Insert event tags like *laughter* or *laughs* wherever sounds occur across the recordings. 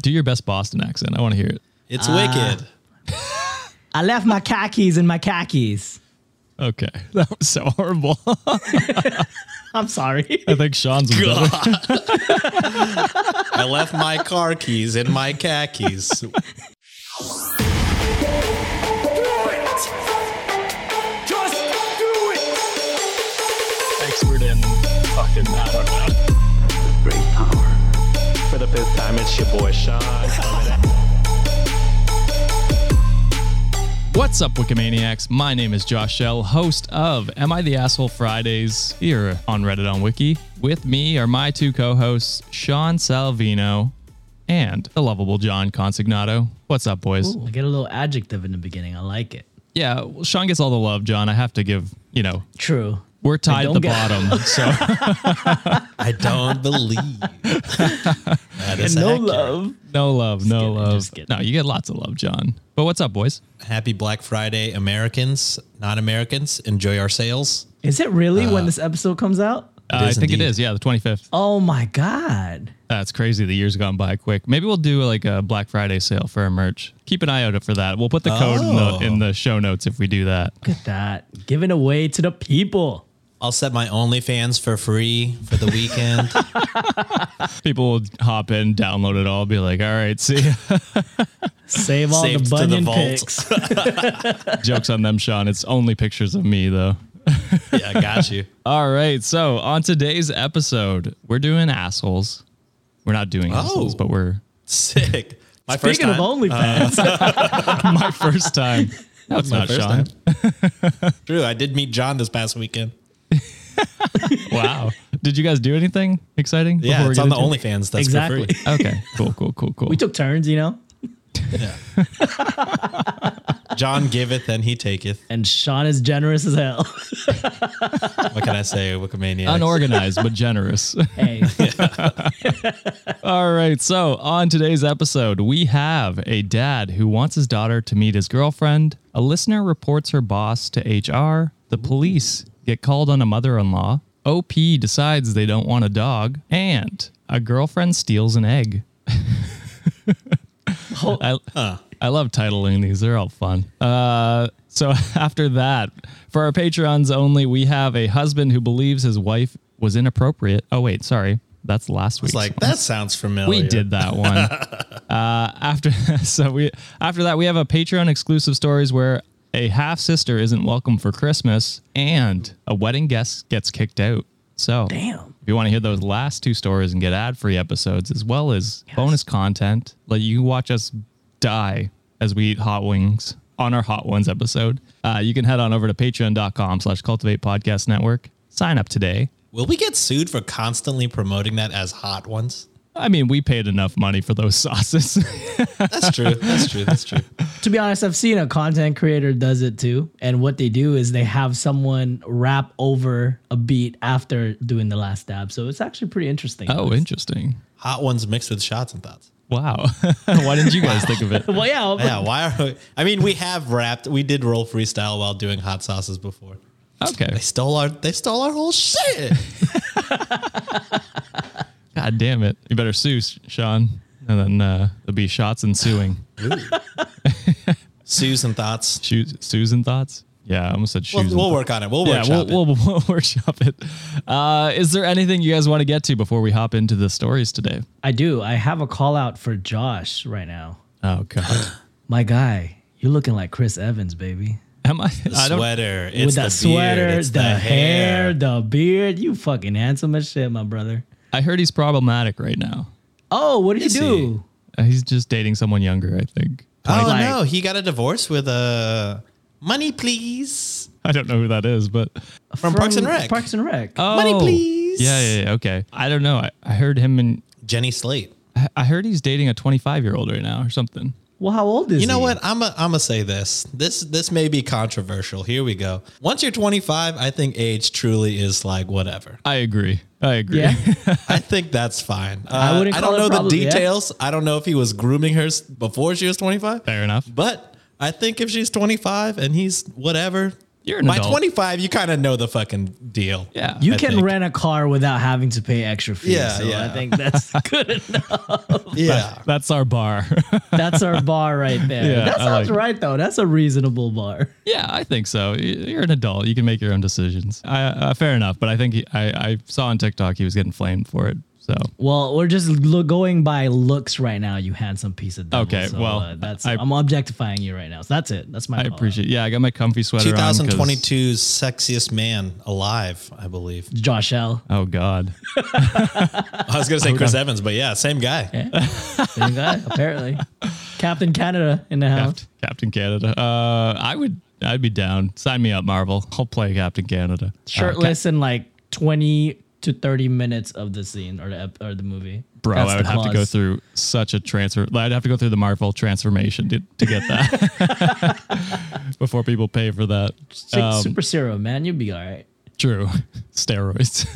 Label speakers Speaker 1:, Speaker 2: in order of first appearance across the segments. Speaker 1: Do your best Boston accent. I want to hear it.
Speaker 2: It's
Speaker 3: Ah.
Speaker 2: wicked.
Speaker 3: I left my khakis in my khakis.
Speaker 1: Okay. *laughs* That was so horrible. *laughs*
Speaker 3: I'm sorry.
Speaker 1: I think Sean's was better.
Speaker 2: I left my car keys in my khakis.
Speaker 4: Expert in fucking, I don't know. Great power. For the fifth time, it's your boy Sean.
Speaker 1: What's up, Wikimaniacs? My name is Josh Shell, host of Am I the Asshole Fridays here on Reddit on Wiki. With me are my two co hosts, Sean Salvino and the lovable John Consignato. What's up, boys?
Speaker 3: I get a little adjective in the beginning. I like it.
Speaker 1: Yeah, well, Sean gets all the love, John. I have to give, you know,
Speaker 3: True.
Speaker 1: we're tied at
Speaker 3: don't
Speaker 1: the
Speaker 3: get- *laughs*
Speaker 1: bottom. *laughs* So
Speaker 2: I don't believe. That is
Speaker 3: no
Speaker 2: accurate.
Speaker 3: love.
Speaker 1: no love, no
Speaker 3: kidding,
Speaker 1: love.
Speaker 3: just kidding.
Speaker 1: No, you get lots of love, John. But what's up, boys?
Speaker 2: Happy Black Friday, Americans, non Americans. Enjoy our sales.
Speaker 3: Is it really when this episode comes out?
Speaker 1: Uh, I
Speaker 2: is
Speaker 1: think it
Speaker 2: indeed.
Speaker 1: is. Yeah, the 25th.
Speaker 3: Oh my God.
Speaker 1: That's crazy. The year's gone by quick. Maybe we'll do like a Black Friday sale for our merch. Keep an eye out for that. We'll put the code
Speaker 3: Oh.
Speaker 1: in, the, in the show notes if we do that.
Speaker 3: Look at that. Giving away to the people.
Speaker 2: I'll set my OnlyFans for free for the weekend.
Speaker 1: People will hop in, download it all, be like, all right, see,
Speaker 3: *laughs*
Speaker 1: ya."
Speaker 3: *laughs* Save all
Speaker 2: Saved
Speaker 3: the
Speaker 2: to the
Speaker 3: bunion
Speaker 2: vault.
Speaker 3: pics.
Speaker 1: jokes on them, Sean. It's only pictures of me, though.
Speaker 2: *laughs* yeah, got you.
Speaker 1: All right. So on today's episode, we're doing assholes. We're not doing assholes,
Speaker 2: Oh.
Speaker 1: but we're
Speaker 2: Sick. My first
Speaker 3: Speaking of
Speaker 2: time. Uh, *laughs*
Speaker 3: OnlyFans,
Speaker 1: my *laughs* first time. No, it's
Speaker 2: My
Speaker 1: not,
Speaker 2: first
Speaker 1: Sean.
Speaker 2: time. True. I did meet John this past weekend.
Speaker 1: Wow. Did you guys do anything exciting?
Speaker 2: Yeah,
Speaker 1: before we
Speaker 2: it's
Speaker 1: get
Speaker 2: on the
Speaker 1: into it?
Speaker 2: OnlyFans. That's
Speaker 3: Exactly.
Speaker 2: for free.
Speaker 1: Okay. Cool. Cool. Cool. Cool.
Speaker 3: we took turns, you know?
Speaker 2: John giveth and he taketh.
Speaker 3: And Sean is generous as hell.
Speaker 2: What can I say?
Speaker 3: *laughs*
Speaker 2: Wikimania.
Speaker 1: Unorganized but generous.
Speaker 3: hey,
Speaker 1: All right. So, on today's episode, we have a dad who wants his daughter to meet his girlfriend. A listener reports her boss to HR. The police get called on a mother in law. OP decides they don't want a dog. And a girlfriend steals an egg. *laughs* I, I love titling these, they're all fun. Uh, so, *laughs* after that, for our Patreons only, we have a husband who believes his wife was inappropriate. Oh, wait, sorry. That's last week's
Speaker 2: It's like,
Speaker 1: one.
Speaker 2: that sounds familiar.
Speaker 1: We did that *laughs* one. uh, after *laughs* so we after that we have a Patreon exclusive stories where a half sister isn't welcome for Christmas and a wedding guest gets kicked out. So
Speaker 3: damn.
Speaker 1: if you want to hear those last two stories and get ad free episodes as well as bonus content, like you can watch us die as we eat hot wings on our Hot Ones episode, uh, you can head on over to patreon.com slash cultivate podcast network. Sign up today.
Speaker 2: Will we get sued for constantly promoting that as hot ones?
Speaker 1: I mean, we paid enough money for those *laughs* sauces.
Speaker 2: That's true. That's true. That's true.
Speaker 3: To be honest, I've seen a content creator does it too. And what they do is they have someone rap over a beat after doing the last dab. So it's actually pretty interesting.
Speaker 1: oh, interesting.
Speaker 2: Hot ones mixed with shots and thoughts.
Speaker 1: Wow. *laughs* Why didn't you guys think of it?
Speaker 3: well, yeah,
Speaker 2: Yeah, why are we, I mean, we have rapped. We did roll freestyle while doing hot sauces before.
Speaker 1: Okay.
Speaker 2: They stole our they stole our whole shit.
Speaker 1: God damn it. You better sue, S- Sean. And then uh, there'll be shots
Speaker 2: *sighs*
Speaker 1: ensuing.
Speaker 2: Sues and thoughts.
Speaker 1: Shoes, Susan thoughts? Yeah, I almost said shoes.
Speaker 2: We'll,
Speaker 1: and
Speaker 2: we'll
Speaker 1: thoughts.
Speaker 2: work on it. We'll
Speaker 1: Yeah,
Speaker 2: workshop
Speaker 1: we'll,
Speaker 2: it.
Speaker 1: we'll, *laughs* we'll workshop it. Uh, is there anything you guys want to get to before we hop into the stories today?
Speaker 3: I do. I have a call out for Josh right now.
Speaker 1: Oh, God.
Speaker 3: My guy, you're looking like Chris Evans, baby.
Speaker 1: *sighs* Am I?
Speaker 2: the
Speaker 1: I don't,
Speaker 2: sweater. It's
Speaker 3: With
Speaker 2: the sweater.
Speaker 3: that sweater,
Speaker 2: Beard, it's
Speaker 3: the, hair, the beard. You fucking handsome as shit, my brother.
Speaker 1: I heard he's problematic right now.
Speaker 3: Oh, what did
Speaker 2: Is
Speaker 3: you
Speaker 2: he?
Speaker 3: do?
Speaker 1: Uh, he's just dating someone younger, I think. *laughs*
Speaker 2: Oh
Speaker 3: Like-
Speaker 2: no, he got a divorce with a money, please.
Speaker 1: I don't know who that is, but.
Speaker 2: From, Parks and Rec.
Speaker 3: Parks and Rec.
Speaker 1: Oh,
Speaker 2: Money, please.
Speaker 1: Yeah, yeah, yeah. Okay. I don't know. I, I heard him and
Speaker 2: Jenny Slate.
Speaker 1: I- I heard he's dating a 25 year old right now or something.
Speaker 3: Well, how old is
Speaker 2: You know
Speaker 3: he?
Speaker 2: what? I'm a, I'm gonna say this. This this may be controversial. Here we go. Once you're 25, I think age truly is like whatever.
Speaker 1: I agree. I agree.
Speaker 3: Yeah.
Speaker 2: *laughs* I think that's fine.
Speaker 3: I
Speaker 2: Uh,
Speaker 3: wouldn't
Speaker 2: I don't
Speaker 3: call it
Speaker 2: know
Speaker 3: probably,
Speaker 2: the
Speaker 3: yeah.
Speaker 2: details. I don't know if he was grooming her s- before she was 25.
Speaker 1: Fair enough.
Speaker 2: But I think if she's 25 and he's whatever,
Speaker 1: You're an
Speaker 2: by
Speaker 1: adult.
Speaker 2: 25, you kind of know the fucking deal.
Speaker 1: Yeah.
Speaker 3: You
Speaker 2: I
Speaker 3: can
Speaker 2: think.
Speaker 3: rent a car without having to pay extra fees.
Speaker 2: Yeah,
Speaker 3: so
Speaker 2: yeah.
Speaker 3: I
Speaker 2: *laughs*
Speaker 3: think that's good enough.
Speaker 2: Yeah.
Speaker 1: *laughs* That's our bar. *laughs*
Speaker 3: That's our bar right there.
Speaker 1: Yeah,
Speaker 3: that
Speaker 1: I
Speaker 3: sounds
Speaker 1: like it.
Speaker 3: right though. That's a reasonable bar.
Speaker 1: yeah, I think so. Y- You're an adult. You can make your own decisions. I, uh, fair enough. But I think he, I, I saw on TikTok he was getting flamed for it. So
Speaker 3: Well, we're just lo- going by looks right now. You handsome piece of devil.
Speaker 1: Okay,
Speaker 3: So,
Speaker 1: well,
Speaker 3: uh, that's I,
Speaker 1: I-
Speaker 3: am objectifying you right now. So that's it. That's my.
Speaker 1: I
Speaker 3: call out.
Speaker 1: appreciate Yeah, I got my comfy sweater on 'cause-
Speaker 2: 2022's sexiest man alive, I believe.
Speaker 3: Josh L.
Speaker 1: Oh, God.
Speaker 2: I was gonna say Chris Evans, but yeah, same guy.
Speaker 3: Same guy,
Speaker 1: *laughs*
Speaker 3: apparently. Captain Canada in the house.
Speaker 1: Capt- Captain Canada. Uh, I would. I'd be down. Sign me up, Marvel. I'll play Captain Canada. Uh,
Speaker 3: Shirtless in like 20 to 30 minutes of the scene or the, ep- or the movie.
Speaker 1: bro,
Speaker 3: That's
Speaker 1: I
Speaker 3: the
Speaker 1: would have to go
Speaker 3: clause.
Speaker 1: through such a transfer. I'd have to go through the Marvel transformation to, to get that *laughs* before people pay for that.
Speaker 3: It's like
Speaker 1: Um,
Speaker 3: Super Zero, man. You'd be all right.
Speaker 1: true. *laughs* Steroids.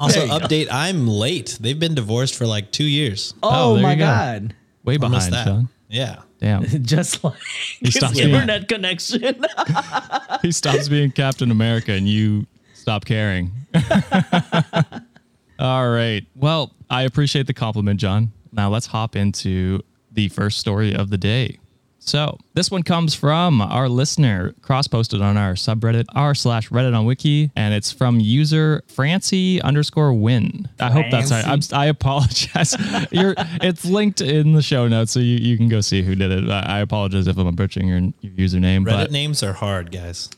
Speaker 2: Also, update: I'm late. They've been divorced for like two years.
Speaker 1: Oh,
Speaker 3: Oh,
Speaker 1: there
Speaker 3: my
Speaker 1: you go.
Speaker 3: God.
Speaker 1: Way
Speaker 2: I missed
Speaker 1: behind, Sean.
Speaker 2: Yeah.
Speaker 1: Damn.
Speaker 3: *laughs* Just like his
Speaker 1: stopped being- *laughs*
Speaker 3: internet connection.
Speaker 1: He stops being Captain America and you stop caring. *laughs* All right. Well, I appreciate the compliment, John. Now let's hop into the first story of the day. So this one comes from our listener, cross-posted on our subreddit r slash Reddit on Wiki, and it's from user Francie underscore Win. I hope that's right. I'm, I apologize. *laughs* You're, it's linked in the show notes, so you, you can go see who did it. I, I apologize if I'm butchering your, your username,
Speaker 2: Reddit
Speaker 1: but
Speaker 2: names are hard, guys.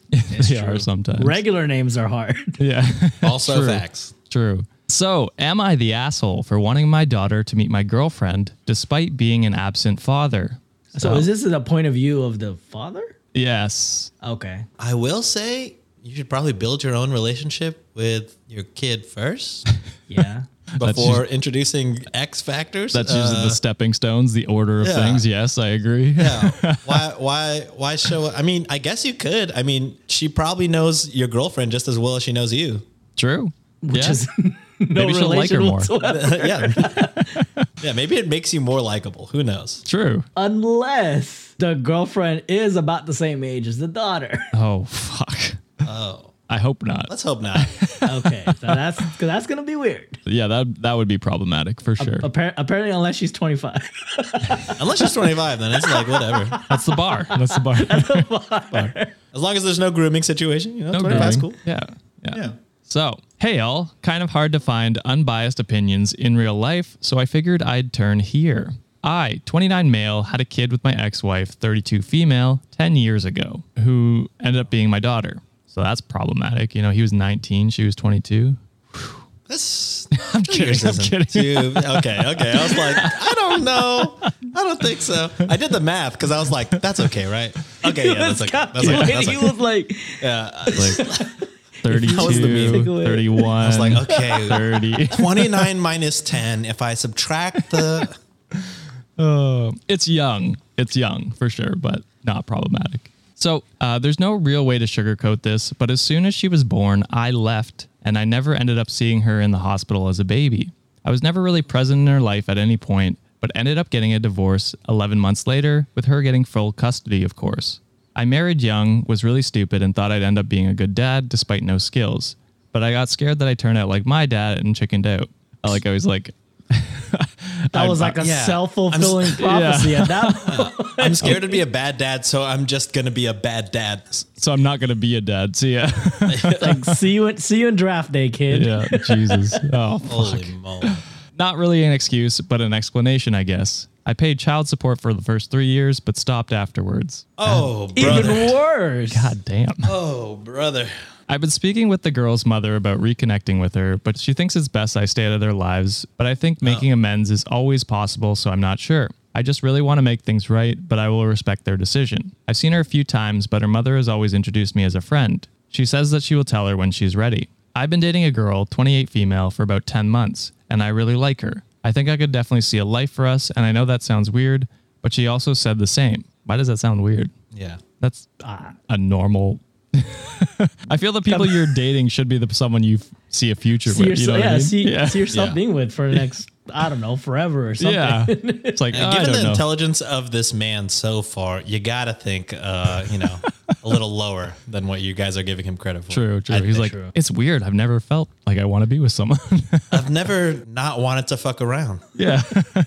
Speaker 1: they
Speaker 3: *laughs*
Speaker 1: are sometimes.
Speaker 3: Regular names are hard.
Speaker 1: *laughs* Yeah,
Speaker 2: Also
Speaker 1: True.
Speaker 2: facts.
Speaker 1: true. So, am I the asshole for wanting my daughter to meet my girlfriend despite being an absent father?
Speaker 3: So is this the point of view of the father?
Speaker 1: Yes.
Speaker 3: Okay.
Speaker 2: I will say you should probably build your own relationship with your
Speaker 1: *laughs*
Speaker 2: kid first
Speaker 3: Yeah.
Speaker 2: before introducing X factors.
Speaker 1: That's usually the stepping stones, the order of
Speaker 2: Uh, yeah.
Speaker 1: things. Yes, I agree.
Speaker 2: yeah. Why? Why? Why show? I mean, I guess you could. I mean, she probably knows your girlfriend just as well as she knows you.
Speaker 1: *laughs*
Speaker 2: *laughs*
Speaker 1: True.
Speaker 3: Which
Speaker 1: Yeah.
Speaker 3: is no
Speaker 1: Maybe she'll like her
Speaker 3: relation
Speaker 1: more.
Speaker 3: whatsoever.
Speaker 2: yeah.
Speaker 1: *laughs*
Speaker 2: yeah. Maybe it makes you more likable. Who knows?
Speaker 1: True.
Speaker 3: *laughs* Unless the girlfriend is about the same age as the daughter.
Speaker 1: *laughs* Oh, fuck. Oh. I hope not.
Speaker 2: Let's hope not.
Speaker 3: Okay. So that's 'cause that's gonna be weird.
Speaker 1: yeah, that that would be problematic for sure.
Speaker 3: Appar- apparently, unless she's 25.
Speaker 2: Unless she's 25, then it's like whatever.
Speaker 1: That's the bar. That's the bar.
Speaker 2: As long as there's no grooming situation, you know,
Speaker 1: No
Speaker 2: 25 is
Speaker 1: grooming.
Speaker 2: cool.
Speaker 1: Yeah. Yeah.
Speaker 2: Yeah.
Speaker 1: So, hey all, kind of hard to find unbiased opinions in real life, so I figured I'd turn here. I, 29 male, had a kid with my ex wife, 32 female, 10 years ago, who ended up being my daughter. So that's problematic. You know, he was 19, she was 22.
Speaker 2: That's
Speaker 1: *laughs* I'm kidding. I'm kidding.
Speaker 2: Dude, okay, okay. I was like, I don't know. I don't think so. I did the math because I was like, that's okay, right? Okay, yeah, that's okay. That's okay. That's
Speaker 3: he
Speaker 2: okay.
Speaker 1: *laughs*
Speaker 3: was like,
Speaker 1: Like 32,
Speaker 3: meme.
Speaker 1: 31. I was *laughs*
Speaker 2: like, okay.
Speaker 1: 30.
Speaker 2: 29 minus 10. If I subtract the.
Speaker 1: Uh, it's young. It's young for sure, but not problematic. So uh, there's no real way to sugarcoat this, but as soon as she was born, I left and I never ended up seeing her in the hospital as a baby. I was never really present in her life at any point, but ended up getting a divorce 11 months later, with her getting full custody, of course. I married young, was really stupid, and thought I'd end up being a good dad despite no skills. But I got scared that I turned out like my dad and chickened out. I Like I was like,
Speaker 3: that was like a
Speaker 2: yeah.
Speaker 1: *laughs*
Speaker 3: self fulfilling prophecy at that point.
Speaker 2: I'm scared to be a bad dad, so I'm just going to be a bad dad.
Speaker 1: so I'm not going to be a dad. See ya. *laughs*
Speaker 3: like, see you, in, see you in draft day, kid.
Speaker 1: Yeah, *laughs* Jesus. Oh,
Speaker 2: Holy moly.
Speaker 1: not really an excuse, but an explanation, I guess. I paid child support for the first three years, but stopped afterwards.
Speaker 2: Oh,
Speaker 3: Even
Speaker 2: brother.
Speaker 3: worse.
Speaker 1: God damn.
Speaker 2: Oh, brother.
Speaker 1: I've been speaking with the girl's mother about reconnecting with her, but she thinks it's best I stay out of their lives. But I think making amends is always possible, so I'm not sure. I just really want to make things right, but I will respect their decision. I've seen her a few times, but her mother has always introduced me as a friend. She says that she will tell her when she's ready. I've been dating a girl, 28 female, for about 10 months, and I really like her. I think I could definitely see a life for us, and I know that sounds weird, but she also said the same. Why does that sound weird?
Speaker 2: Yeah.
Speaker 1: That's
Speaker 3: Ah.
Speaker 1: a
Speaker 3: *laughs*
Speaker 1: normal. I feel the people you're dating should be the someone you f- see a future
Speaker 3: See
Speaker 1: with. You know
Speaker 3: yourself,
Speaker 1: what
Speaker 3: yeah,
Speaker 1: I mean?
Speaker 3: see,
Speaker 1: yeah.
Speaker 3: see yourself
Speaker 2: Yeah.
Speaker 3: being with for the next, I don't know, forever or
Speaker 1: *laughs*
Speaker 3: something.
Speaker 1: Yeah. It's
Speaker 3: *laughs*
Speaker 1: like, Oh, I
Speaker 2: Given
Speaker 1: don't
Speaker 2: the
Speaker 1: know.
Speaker 2: intelligence of this man so far, you gotta think, uh, you know, a little lower than what you guys are giving him credit for.
Speaker 1: True, true.
Speaker 2: I-
Speaker 1: He's like,
Speaker 3: true.
Speaker 1: it's weird. I've never felt like I want to be with someone. *laughs*
Speaker 2: I've never not wanted to fuck around.
Speaker 1: yeah. *laughs*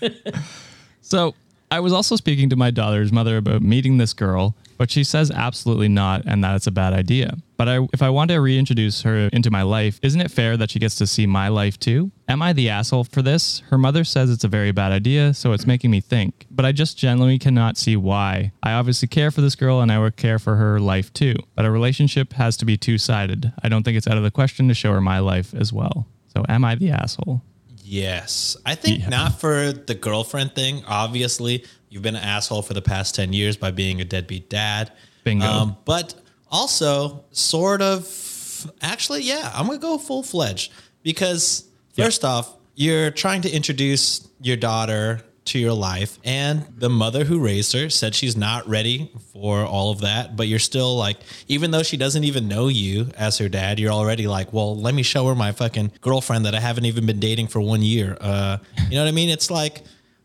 Speaker 1: so I was also speaking to my daughter's mother about meeting this girl, but she says absolutely not and that it's a bad idea. But I, if I want to reintroduce her into my life, isn't it fair that she gets to see my life too? Am I the asshole for this? Her mother says it's a very bad idea, so it's making me think. But I just genuinely cannot see why. I obviously care for this girl and I would care for her life too. But a relationship has to be two sided. I don't think it's out of the question to show her my life as well. So am I the asshole?
Speaker 2: Yes. I think
Speaker 1: Yeah.
Speaker 2: not for the girlfriend thing. Obviously, you've been an asshole for the past 10 years by being a deadbeat dad. Um,
Speaker 1: Bingo.
Speaker 2: but also, sort of, actually, yeah, I'm going to go full fledged because, first off, you're trying to introduce your daughter to your life, and the mother who raised her said she's not ready for all of that, but you're still like, even though she doesn't even know you as her dad, you're already like, well, let me show her my fucking girlfriend that I haven't even been dating for one year. Uh, you know what I mean? It's like,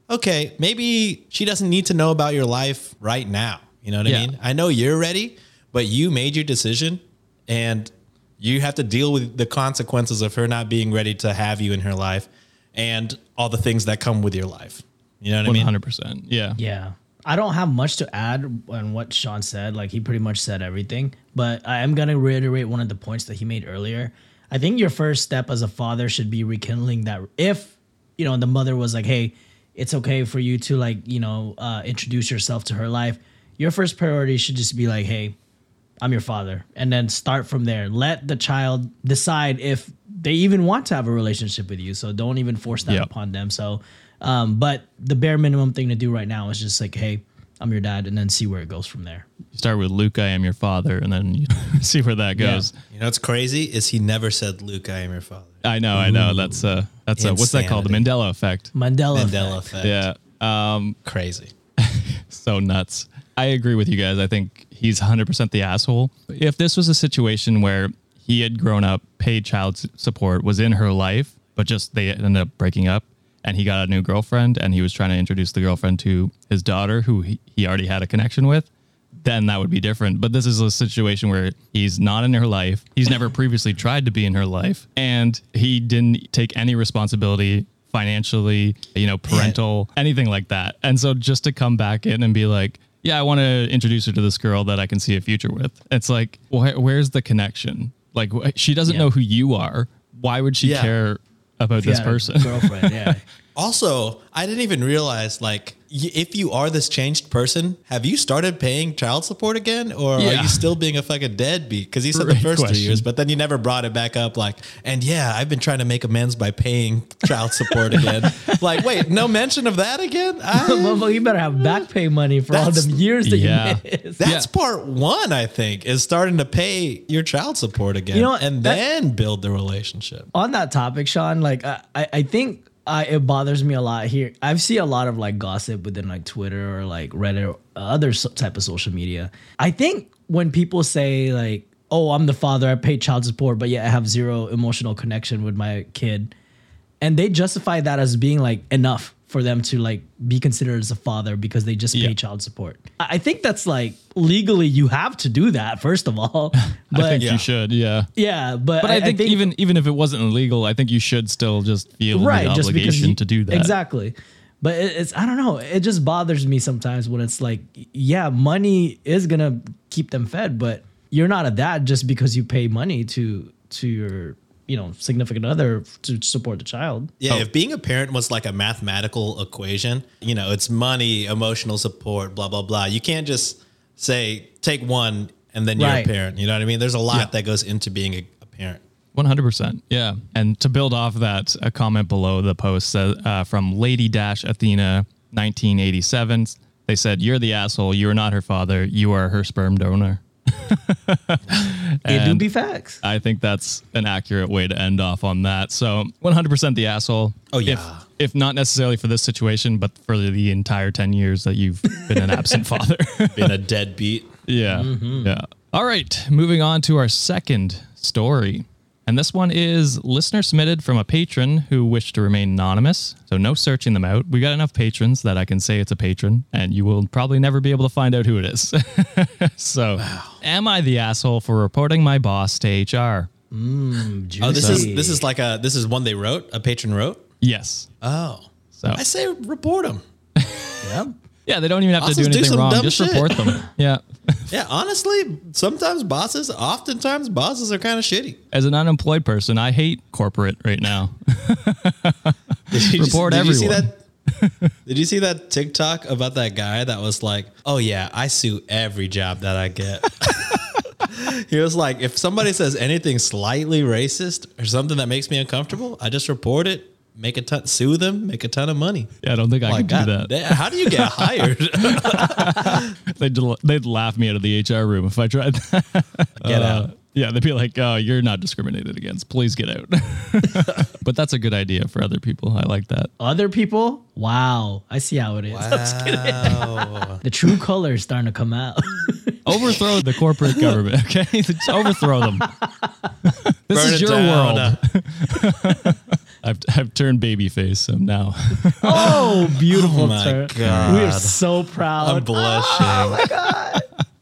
Speaker 2: okay, maybe she doesn't need to know about your life right now. You know what I
Speaker 1: Yeah.
Speaker 2: mean? I know you're ready, but you made your decision and you have to deal with the consequences of her not being ready to have you in her life and all the things that come with your life. You know what I mean?
Speaker 1: 100%. Yeah.
Speaker 3: Yeah. I don't have much to add on what Sean said. Like he pretty much said everything, but I am going to reiterate one of the points that he made earlier. I think your first step as a father should be rekindling that if, you know, the mother was like, "Hey, it's okay for you to like, you know, uh, introduce yourself to her life." Your first priority should just be like, "Hey, I'm your father. And then start from there. Let the child decide if they even want to have a relationship with you. So don't even force that
Speaker 1: Yeah.
Speaker 3: upon them. So, um, but the bare minimum thing to do right now is just like, hey, I'm your dad, and then see where it goes from there.
Speaker 1: You start with Luke, I am your father, and then you *laughs* see where that
Speaker 3: Yeah.
Speaker 1: goes.
Speaker 2: You know what's crazy is he never said, Luke, I am your father.
Speaker 1: I know, I know. That's uh that's uh what's that called? The
Speaker 2: Insanity.
Speaker 1: Mandela effect.
Speaker 3: Mandela.
Speaker 2: Mandela
Speaker 3: effect.
Speaker 2: effect.
Speaker 1: Yeah. Um
Speaker 2: Crazy.
Speaker 1: so nuts. I agree with you guys. I think he's 100% the asshole. If this was a situation where he had grown up, paid child s- support, was in her life, but just they ended up breaking up and he got a new girlfriend and he was trying to introduce the girlfriend to his daughter who he, he already had a connection with, then that would be different. But this is a situation where he's not in her life. He's never previously tried to be in her life and he didn't take any responsibility financially, you know, parental, anything like that. And so just to come back in and be like, yeah, I want to introduce her to this girl that I can see a future with. It's like, wh- where's the connection? Like, wh- she doesn't know who you are. Why would she
Speaker 2: Yeah.
Speaker 1: care about this
Speaker 3: Yeah,
Speaker 1: person? *laughs*
Speaker 3: Girlfriend. Yeah.
Speaker 2: Also, I didn't even realize like y- if you are this changed person, have you started paying child support again, or
Speaker 1: Yeah.
Speaker 2: are you still being a fucking deadbeat? Because you said the
Speaker 1: Great
Speaker 2: first three
Speaker 1: question.
Speaker 2: years, but then you never brought it back up. Like, and yeah, I've been trying to make amends by paying child support again. like, wait, no mention of that again. I,
Speaker 3: Motherfucker, you better have back pay money for all
Speaker 2: That's-
Speaker 3: them years that
Speaker 1: Yeah.
Speaker 3: you missed.
Speaker 2: that's part one. I think is starting to pay your child support again,
Speaker 3: You know what?
Speaker 2: and
Speaker 3: That-
Speaker 2: then build the relationship.
Speaker 3: on that topic, Sean, like I, I I think I, it bothers me a lot here. I've seen a lot of like gossip within like Twitter or like Reddit or other so- type of social media. I think when people say like, "Oh, I'm the father, I pay child support, but yet I have zero emotional connection with my kid," and they justify that as being like enough for them to like be considered as a father because they just
Speaker 1: Yeah.
Speaker 3: pay child support. I I think that's like legally you have to do that first of all. But
Speaker 1: *laughs* I think
Speaker 2: Yeah.
Speaker 1: you should, yeah.
Speaker 3: yeah, but,
Speaker 1: But I, think, even even if it wasn't illegal, I think you should still just feel the obligation
Speaker 3: you-
Speaker 1: to do that.
Speaker 3: Exactly. But it, it's I don't know. It just bothers me sometimes when it's like, yeah, money is gonna keep them fed, but you're not a dad just because you pay money to to your you know significant other to support the child.
Speaker 2: Yeah, if being a parent was like a mathematical equation, you know, it's money, emotional support, blah blah blah. You can't just say take one and then you're
Speaker 3: Right.
Speaker 2: a parent. You know what I mean? There's a lot that goes into being a, a parent.
Speaker 1: One hundred percent. Yeah. And to build off that, a comment below the post says, uh, from Lady Dash Athena, nineteen eighty seven. They said, "You're the asshole. You are not her father. You are her sperm donor."
Speaker 3: It do be facts.
Speaker 1: I think that's an accurate way to end off on that. So 100% the asshole.
Speaker 2: Oh,
Speaker 1: If-
Speaker 2: yeah.
Speaker 1: If, not necessarily for this situation, but for the entire 10 years that you've been an
Speaker 2: *laughs*
Speaker 1: absent father.
Speaker 2: Been a deadbeat.
Speaker 1: yeah.
Speaker 2: Mm-hmm.
Speaker 1: Yeah. All right. Moving on to our second story. And this one is listener submitted from a patron who wished to remain anonymous. So no searching them out. We got enough patrons that I can say it's a patron, and you will probably never be able to find out who it is. *laughs* so, am I the asshole for reporting my boss to HR?
Speaker 2: Oh, this is
Speaker 3: Juicy.
Speaker 2: this is like a this is one they wrote. A patron wrote.
Speaker 1: Yes.
Speaker 2: Oh,
Speaker 1: So
Speaker 2: I say report them.
Speaker 3: Yep.
Speaker 1: Yeah, they don't even have
Speaker 2: Bosses
Speaker 1: to do
Speaker 2: do
Speaker 1: anything
Speaker 2: some
Speaker 1: wrong.
Speaker 2: dumb
Speaker 1: Just
Speaker 2: shit.
Speaker 1: report
Speaker 2: *laughs*
Speaker 1: them. Yeah.
Speaker 2: Yeah, honestly, sometimes bosses, oftentimes bosses are kind of shitty.
Speaker 1: As an unemployed person, I hate corporate right now. *laughs*
Speaker 2: Did you,
Speaker 1: Report
Speaker 2: did you see
Speaker 1: everyone.
Speaker 2: that? Did you see that TikTok about that guy that was like, "Oh yeah, I sue every job that I get." *laughs* he was like, "If somebody says anything slightly racist or something that makes me uncomfortable, I just report it, make a ton, sue them, make a ton of money."
Speaker 1: Yeah, I don't think I
Speaker 2: Like,
Speaker 1: could do that.
Speaker 2: God damn, how do
Speaker 1: *laughs*
Speaker 2: you get hired? *laughs* get
Speaker 1: They'd, del- they'd laugh me out of the HR room if I tried that. Uh,
Speaker 2: out.
Speaker 1: yeah, they'd be like, oh, you're not discriminated against. Please get out. *laughs* but that's a good idea for other people. I like that.
Speaker 3: Other people? Wow. I see how it is.
Speaker 1: Uh,
Speaker 3: I'm
Speaker 1: *laughs*
Speaker 3: just kidding. the true color is starting to
Speaker 2: *laughs*
Speaker 3: come out. *laughs*
Speaker 1: Overthrow the corporate government, *laughs* okay? Just overthrow them. *laughs* this
Speaker 2: Burn
Speaker 1: is
Speaker 2: it
Speaker 1: your
Speaker 2: down.
Speaker 1: world. I've, I've turned baby face, so now. *laughs*
Speaker 3: oh, beautiful.
Speaker 2: Oh my
Speaker 3: sir.
Speaker 2: God.
Speaker 3: We are
Speaker 2: *laughs*
Speaker 3: so
Speaker 2: I'm
Speaker 3: proud.
Speaker 2: blushing.
Speaker 1: *laughs*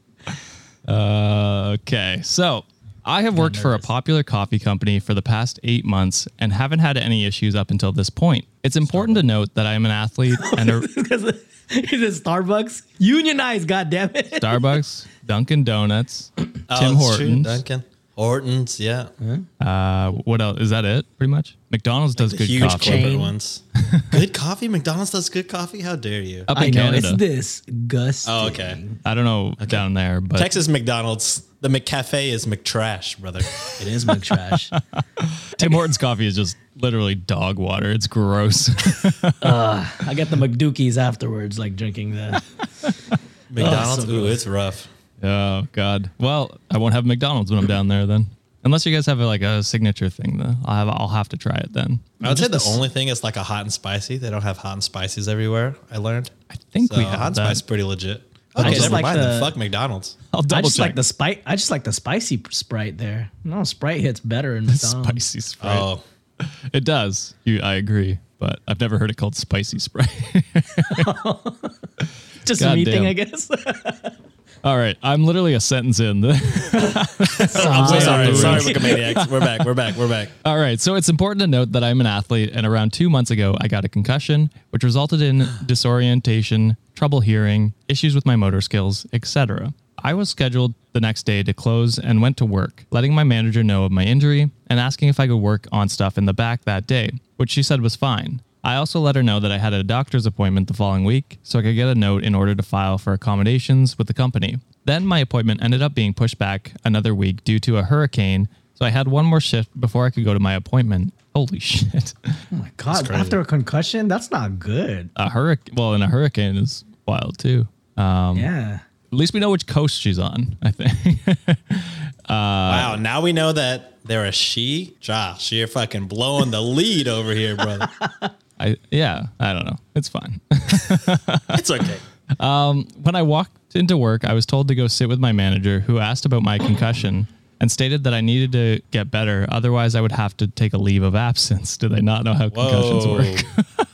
Speaker 1: uh, Okay, so I have worked for a popular coffee company for the past eight months and haven't had any issues up until this point. It's important to note that I am an athlete and a
Speaker 3: *laughs* Because is it Starbucks? Unionized, goddammit.
Speaker 1: Starbucks, Dunkin'
Speaker 3: *coughs*
Speaker 1: Donuts,
Speaker 2: Oh,
Speaker 1: Tim
Speaker 2: it's true,
Speaker 1: Hortons.
Speaker 2: Duncan. Hortons, yeah.
Speaker 1: Uh, what else? Is that it? Pretty much. McDonald's does
Speaker 2: The
Speaker 1: good
Speaker 2: huge
Speaker 1: coffee.
Speaker 3: chain.
Speaker 2: corporate ones. good coffee? McDonald's does good coffee? How dare you?
Speaker 1: Up in
Speaker 3: I know
Speaker 1: Canada,
Speaker 3: it's this Gus.
Speaker 2: Oh, okay.
Speaker 1: I don't know down there, but
Speaker 2: Texas McDonald's, the McCafe is
Speaker 1: *laughs*
Speaker 2: McTrash, brother. *laughs*
Speaker 3: It is McTrash.
Speaker 1: Tim Hortons coffee is just literally dog water. It's gross. *laughs*
Speaker 3: I got the McDookies afterwards, like drinking
Speaker 1: *laughs*
Speaker 3: the.
Speaker 2: McDonald's,
Speaker 3: so
Speaker 2: ooh, it's rough.
Speaker 1: Oh God. Well, I won't have McDonald's when I'm down there then. Unless you guys have like a signature thing, though, I'll have, I'll have to try it then.
Speaker 2: I would say the only thing is like a hot and spicy. They don't have hot and spices everywhere. I learned.
Speaker 1: I think
Speaker 2: So
Speaker 1: we
Speaker 2: hot
Speaker 1: have
Speaker 2: and spice
Speaker 1: that.
Speaker 2: is pretty legit.
Speaker 3: I
Speaker 2: Okay,
Speaker 3: just
Speaker 2: never
Speaker 3: like
Speaker 2: mind. then.
Speaker 3: the-
Speaker 2: Fuck McDonald's.
Speaker 1: I'll double
Speaker 3: I just
Speaker 1: check.
Speaker 3: like the spice. I just like the spicy Sprite there. No, Sprite hits
Speaker 1: *laughs*
Speaker 3: better in McDonald's.
Speaker 1: spicy Sprite.
Speaker 2: Oh,
Speaker 1: It does. You, I agree, but I've never heard it called spicy Sprite. *laughs*
Speaker 3: Just a me
Speaker 1: Goddamn.
Speaker 3: thing, I guess. *laughs*
Speaker 1: All right, I'm literally a sentence in. *laughs*
Speaker 3: Sorry.
Speaker 2: so sorry,
Speaker 1: the
Speaker 2: sorry,
Speaker 1: rules.
Speaker 2: Wikimaniacs. We're back. We're back.
Speaker 1: *laughs*
Speaker 2: We're back.
Speaker 1: All right, so it's important to note that I'm an athlete, and around two months ago, I got a concussion, which resulted in disorientation, trouble hearing, issues with my motor skills, etc. I was scheduled the next day to close and went to work, letting my manager know of my injury and asking if I could work on stuff in the back that day, which she said was fine. I also let her know that I had a doctor's appointment the following week so I could get a note in order to file for accommodations with the company. Then my appointment ended up being pushed back another week due to a hurricane, so I had one more shift before I could go to my appointment. Holy *laughs* shit.
Speaker 3: Oh my god! After a concussion, that's not good.
Speaker 1: A hurricane, well, and a hurricane is wild too. Um,
Speaker 3: yeah.
Speaker 1: at least we know which coast she's on, I think. *laughs*
Speaker 2: wow. Now we know that they're a she. Josh, you're fucking blowing the lead over
Speaker 1: *laughs*
Speaker 2: here, brother.
Speaker 1: I, yeah, I don't know. It's fine. *laughs*
Speaker 2: It's okay.
Speaker 1: when I walked into work, I was told to go sit with my manager, who asked about my concussion and stated that I needed to get better. Otherwise, I would have to take a leave of absence. *laughs* Do they not know how concussions
Speaker 2: Whoa.
Speaker 1: work?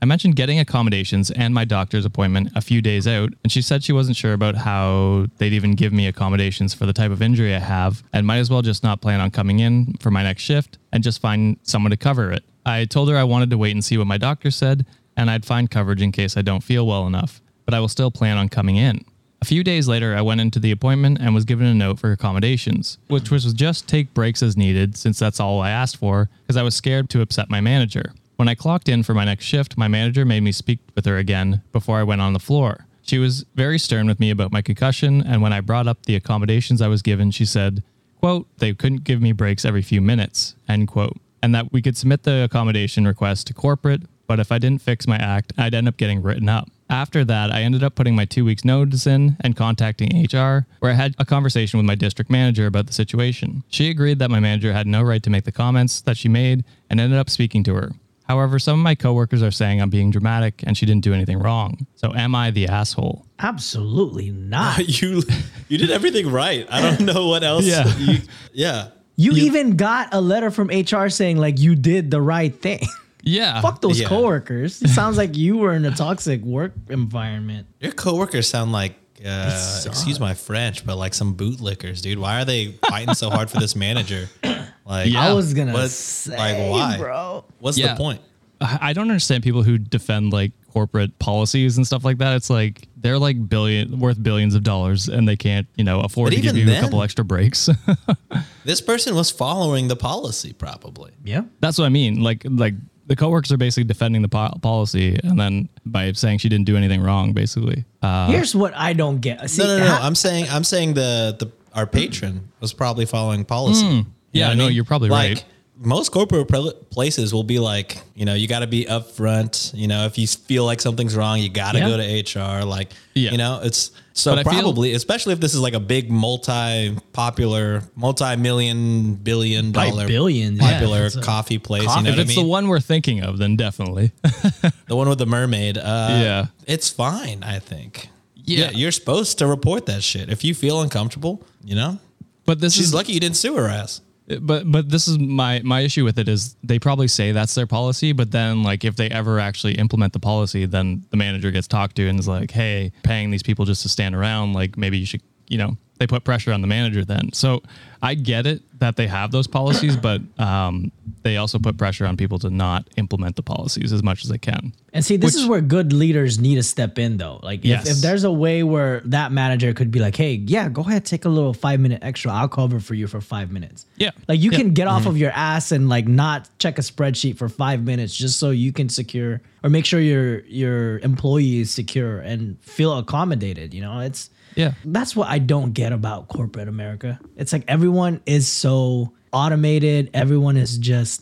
Speaker 1: I mentioned getting accommodations and my doctor's appointment a few days out, and she said she wasn't sure about how they'd even give me accommodations for the type of injury I have, and might as well just not plan on coming in for my next shift and just find someone to cover it. I told her I wanted to wait and see what my doctor said, and I'd find coverage in case I don't feel well enough, but I will still plan on coming in. A few days later, I went into the appointment and was given a note for accommodations, which was just take breaks as needed, since that's all I asked for, because I was scared to upset my manager. When I clocked in for my next shift, my manager made me speak with her again before I went on the floor. She was very stern with me about my concussion, and when I brought up the accommodations I was given, she said, quote, they couldn't give me breaks every few minutes, end quote, and that we could submit the accommodation request to corporate, but if I didn't fix my act, I'd end up getting written up. After that, I ended up putting my two weeks notice in and contacting HR, where I had a conversation with my district manager about the situation. She agreed that my manager had no right to make the comments that she made and ended up speaking to her. However, some of my coworkers are saying I'm being dramatic and she didn't do anything wrong. So am I the asshole?
Speaker 3: Absolutely not.
Speaker 1: *laughs*
Speaker 2: *laughs* you you did everything right. I don't know what else.
Speaker 1: Yeah.
Speaker 2: you, yeah.
Speaker 3: You, even got a letter from HR saying like you did the right thing. *laughs*
Speaker 1: Uh, Yeah.
Speaker 3: Fuck those
Speaker 1: *laughs*
Speaker 2: Yeah.
Speaker 3: coworkers. It sounds like you were in a toxic work environment.
Speaker 2: Your coworkers sound like. Uh,
Speaker 3: sucks.
Speaker 2: excuse my French, but like some bootlickers, dude. Why are they fighting so hard for
Speaker 1: *laughs*
Speaker 2: this manager? Like,
Speaker 1: Yeah.
Speaker 3: I was gonna
Speaker 2: What-
Speaker 3: say,
Speaker 2: like, why?
Speaker 3: bro.
Speaker 2: what's
Speaker 1: Yeah.
Speaker 2: the point?
Speaker 1: I I don't understand people who defend like corporate policies and stuff like that. It's like they're like billion worth billions of dollars and they can't, you know, afford
Speaker 2: But
Speaker 1: to give
Speaker 2: even
Speaker 1: you a
Speaker 2: then-
Speaker 1: couple extra breaks. *laughs*
Speaker 2: This person was following the policy, probably.
Speaker 3: Yeah.
Speaker 1: That's what I mean. Like like the coworkers are basically defending the po- policy and then by saying she didn't do anything wrong basically. Uh,
Speaker 3: Here's what I don't get. See,
Speaker 2: No, no, no.
Speaker 3: ha-
Speaker 2: I'm saying, I'm saying the the our patron was probably following policy.
Speaker 1: Hmm. yeah,
Speaker 2: I
Speaker 1: no,
Speaker 2: mean?
Speaker 1: you're probably
Speaker 2: like,
Speaker 1: right.
Speaker 2: Most corporate pl- places will be like, you know, you got to be upfront. You know, if you feel like something's wrong, you got to
Speaker 3: Yeah.
Speaker 2: go to HR. Like,
Speaker 1: Yeah.
Speaker 2: you know, it's so
Speaker 1: But I feel-
Speaker 2: probably, especially if this is like a big multi-popular, multi-million, billion
Speaker 3: By
Speaker 2: dollar
Speaker 3: billions, yeah.
Speaker 2: popular
Speaker 3: It's a-
Speaker 2: coffee place.
Speaker 3: Coffee-
Speaker 2: You know
Speaker 1: if
Speaker 2: what I
Speaker 1: it's
Speaker 2: mean?
Speaker 1: the one we're thinking of, then definitely. *laughs*
Speaker 2: The one with the mermaid. Uh,
Speaker 1: Yeah.
Speaker 2: It's fine, I think.
Speaker 1: Yeah.
Speaker 2: You're supposed to report that shit. If you feel uncomfortable, you know?
Speaker 1: but this
Speaker 2: She's
Speaker 1: is
Speaker 2: lucky you didn't sue her ass.
Speaker 1: but but this is my my issue with it is they probably say that's their policy but then like if they ever actually implement the policy then the manager gets talked to and is like hey paying these people just to stand around like maybe you should you know they put pressure on the manager then so i get it that they have those
Speaker 3: *coughs*
Speaker 1: policies but um, they also put pressure on people to not implement the policies as much as they can
Speaker 3: And see, this
Speaker 1: Which-
Speaker 3: is where good leaders need to step in, though. Like, if,
Speaker 1: Yes.
Speaker 3: if there's a way where that manager could be like, hey, yeah, go ahead, take a little five minute extra. I'll cover for you for five minutes.
Speaker 1: Yeah.
Speaker 3: Like, you
Speaker 1: Yeah. Mm-hmm.
Speaker 3: can get off of your ass and, like, not check a spreadsheet for five minutes just so you can secure or make sure your your employee is secure and feel accommodated. You know, it's,
Speaker 1: yeah
Speaker 3: that's what I don't get about corporate America. It's like everyone is so automated. Everyone is just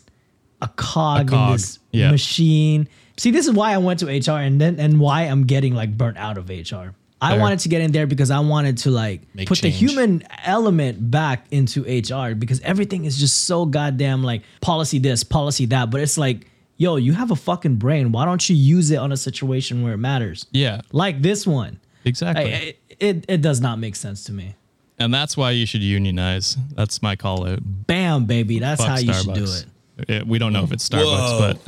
Speaker 3: a cog,
Speaker 1: cog,
Speaker 3: in this
Speaker 1: yeah.
Speaker 3: machine. See, this is why I went to HR and then and why I'm getting like burnt out of HR. I
Speaker 1: Fair.
Speaker 3: wanted to get in there because I wanted to like
Speaker 2: Make
Speaker 3: put
Speaker 2: change.
Speaker 3: the human element back into HR because everything is just so goddamn like policy this, policy that. But it's like, yo, you have a fucking brain. Why don't you use it on a situation where it matters?
Speaker 1: yeah
Speaker 3: Like this one. I,
Speaker 1: exactly
Speaker 3: I- it it does not make sense to me.
Speaker 1: and that's why you should unionize that's my call out
Speaker 3: Bam, baby, that's
Speaker 1: Fuck
Speaker 3: how you should do
Speaker 1: Starbucks.
Speaker 3: it.
Speaker 1: It- we don't know if it's Starbucks, but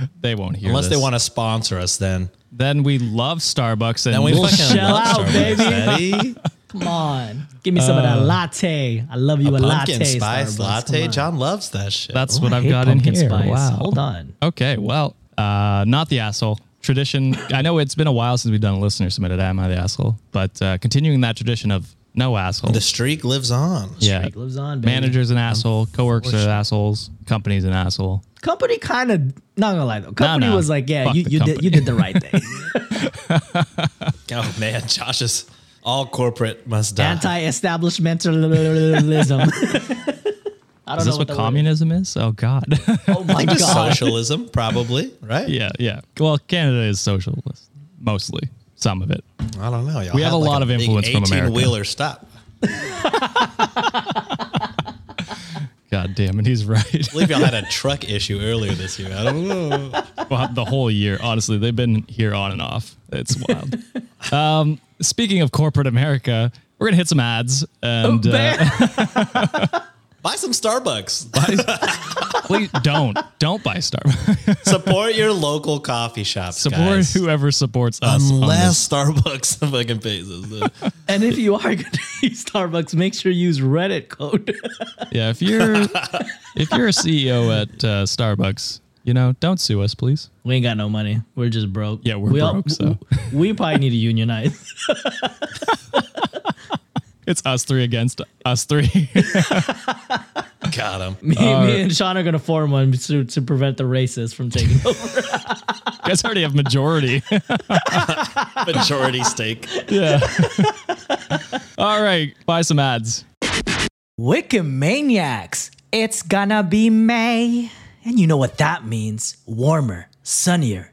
Speaker 1: *laughs* they won't hear.
Speaker 2: Unless they
Speaker 1: this.
Speaker 2: want to sponsor us, then.
Speaker 1: then we love Starbucks, and
Speaker 2: Then we
Speaker 1: we'll
Speaker 2: fucking *laughs*
Speaker 3: shell
Speaker 2: love
Speaker 3: out,
Speaker 2: Starbucks, Eddie.
Speaker 3: *laughs* Come on, give me some of that latte. I love you a, latte,
Speaker 2: Uh, Pumpkin spice
Speaker 3: Starbucks. Come
Speaker 2: latte.
Speaker 3: on.
Speaker 2: John loves that shit.
Speaker 1: that's
Speaker 3: Oh,
Speaker 1: what
Speaker 3: I
Speaker 1: I've
Speaker 3: hate
Speaker 1: got in
Speaker 3: pumpkin
Speaker 1: here.
Speaker 3: spice.
Speaker 1: Wow.
Speaker 3: Hold on.
Speaker 1: Okay, well, uh, not the asshole tradition. I know it's been a while since we've done a listener submitted. Am I the asshole? But uh, continuing that tradition of no asshole.
Speaker 2: the streak lives on.
Speaker 1: yeah,
Speaker 3: streak lives on, baby.
Speaker 1: Managers an asshole. Coworkers are assholes. Companies an asshole.
Speaker 3: Company kind of not gonna lie though. Company
Speaker 1: no.
Speaker 3: was like, yeah,
Speaker 1: Fuck
Speaker 3: you,
Speaker 1: the
Speaker 3: you did
Speaker 1: company.
Speaker 3: you did the right
Speaker 1: *laughs*
Speaker 3: thing. *laughs*
Speaker 2: Oh, man. Josh is all corporate must die.
Speaker 3: Anti-establishmentalism. *laughs* I
Speaker 1: Is
Speaker 3: don't know
Speaker 1: this what
Speaker 3: what the word-
Speaker 1: communism is? Oh God. *laughs*
Speaker 3: Oh my god.
Speaker 2: Socialism, probably, right?
Speaker 1: yeah, yeah. Well, Canada is socialist mostly. Some of it.
Speaker 2: I don't know. Y'all
Speaker 1: We have a
Speaker 2: had
Speaker 1: lot of
Speaker 2: big
Speaker 1: influence from America.
Speaker 2: wheeler stop.
Speaker 1: God damn it, he's right.
Speaker 2: I believe y'all had a truck issue earlier this year. I don't know.
Speaker 1: well, the whole year. Honestly, they've been here on and off. It's wild. *laughs* um, speaking of corporate America, we're gonna hit some ads and
Speaker 3: *laughs*
Speaker 1: uh,
Speaker 2: Buy some Starbucks.
Speaker 1: please don't don't buy Starbucks.
Speaker 2: Support your local coffee shop.
Speaker 1: Support whoever supports us. on this.
Speaker 2: Unless Starbucks fucking pays us.
Speaker 3: and if you are gonna *laughs* use Starbucks, make sure you use Reddit code. *laughs*
Speaker 1: yeah, if you're *laughs* if you're a CEO at uh, Starbucks, you know, don't sue us, please.
Speaker 3: We ain't got no money. We're just broke.
Speaker 1: Yeah, we're
Speaker 3: We all-
Speaker 1: broke, so.
Speaker 3: we probably need to unionize.
Speaker 1: It's us three against us three. *laughs*
Speaker 2: Got him.
Speaker 3: *laughs* Me, me and Sean are gonna form one to, to prevent the racists from taking
Speaker 5: *laughs*
Speaker 3: over.
Speaker 1: You guys already have majority.
Speaker 2: Majority stake.
Speaker 1: *laughs* yeah. *laughs* All right, buy some ads.
Speaker 3: Wikimaniacs. It's gonna be May, and you know what that means: warmer, sunnier,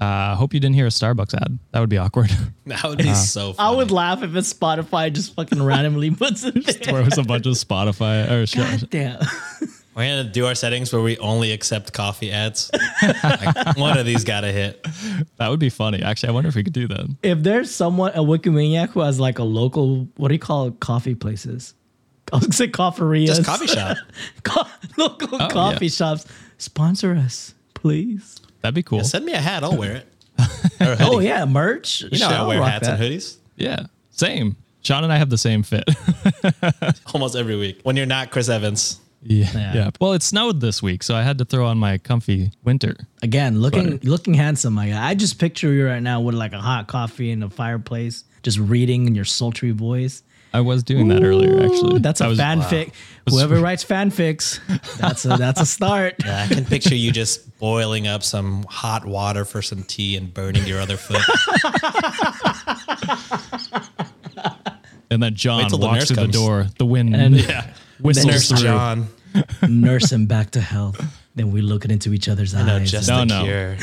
Speaker 1: Uh, hope you didn't hear a Starbucks ad. That would be awkward. *laughs*
Speaker 2: That would be so funny.
Speaker 5: I would laugh if it's Spotify just fucking randomly puts it *laughs* there.
Speaker 1: Where it was a bunch of Spotify or
Speaker 5: God damn.
Speaker 2: We're gonna do our settings where we only accept coffee *laughs* ads. Like, one of these gotta hit.
Speaker 1: That would be funny. Actually, I wonder if we could do that.
Speaker 5: If there's someone, a Wikimaniac who has like a local, what do you call it, coffee places? *laughs* I was gonna say cofferias.
Speaker 2: Just coffee
Speaker 5: *laughs*
Speaker 2: shop.
Speaker 5: Co-
Speaker 2: Oh,
Speaker 5: local
Speaker 1: yeah.
Speaker 5: coffee shops. Sponsor us, please.
Speaker 1: That'd be cool.
Speaker 2: Send me a hat, I'll
Speaker 5: *laughs*
Speaker 2: wear it. Or a
Speaker 5: Oh,
Speaker 2: hoodie.
Speaker 5: yeah, merch.
Speaker 2: You know I wear hats
Speaker 5: that.
Speaker 2: and hoodies
Speaker 1: Yeah. Same. Sean and I have the same fit. *laughs*
Speaker 2: almost every week. When you're not Chris Evans.
Speaker 1: yeah. Well, it snowed this week, so I had to throw on my comfy winter.
Speaker 5: Again, looking looking handsome, my guy. I just picture you right now with like a hot coffee and a fireplace, just reading in your sultry voice.
Speaker 1: I was doing that earlier, actually.
Speaker 5: Ooh, that's
Speaker 1: I
Speaker 5: a
Speaker 1: was-
Speaker 5: fanfic. Whoever writes fanfics,
Speaker 2: *laughs*
Speaker 5: that's a that's a start.
Speaker 2: I can picture you just boiling up some hot water for some tea and burning your other foot.
Speaker 1: And then John
Speaker 2: Wait till the
Speaker 1: walks
Speaker 2: nurse
Speaker 1: through the
Speaker 2: comes.
Speaker 1: door. The wind *laughs*
Speaker 5: And-
Speaker 1: whistles
Speaker 2: Nurse
Speaker 1: through.
Speaker 2: John.
Speaker 5: Nurse him back to health. Then we look into each other's
Speaker 2: No,
Speaker 5: eyes.
Speaker 2: just
Speaker 1: No,
Speaker 2: the
Speaker 1: no.
Speaker 2: *laughs* cure.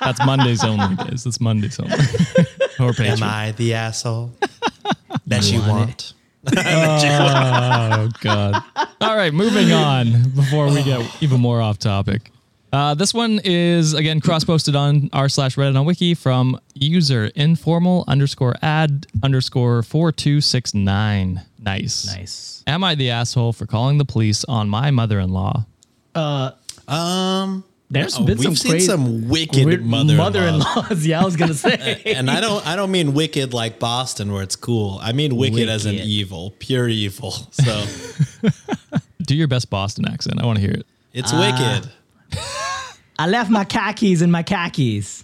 Speaker 1: That's Mondays only, guys. That's Mondays only. or Patreon.
Speaker 2: Am I the *laughs* asshole that you,
Speaker 5: want
Speaker 2: want?
Speaker 1: Oh God! All right, moving on before we get even more off topic. Uh, this one is again cross-posted on r slash Reddit on Wiki from user informal underscore ad underscore four two six nine. Nice.
Speaker 5: nice.
Speaker 1: Am I the asshole for calling the police on my mother-in-law?
Speaker 5: There's
Speaker 2: Oh,
Speaker 5: been some
Speaker 2: we've seen
Speaker 5: crazy
Speaker 2: some wicked
Speaker 5: weird
Speaker 2: mother-in-laws.
Speaker 3: *laughs*
Speaker 5: mother-in-laws. Yeah, I
Speaker 2: *laughs*
Speaker 5: was gonna say.
Speaker 2: And I don't I don't mean wicked like Boston where it's cool. I mean wicked, as an
Speaker 5: Wicked.
Speaker 2: evil, pure evil. *laughs* So
Speaker 1: Do your best Boston accent. I want to hear it.
Speaker 2: it's wicked.
Speaker 5: I left my khakis in my khakis.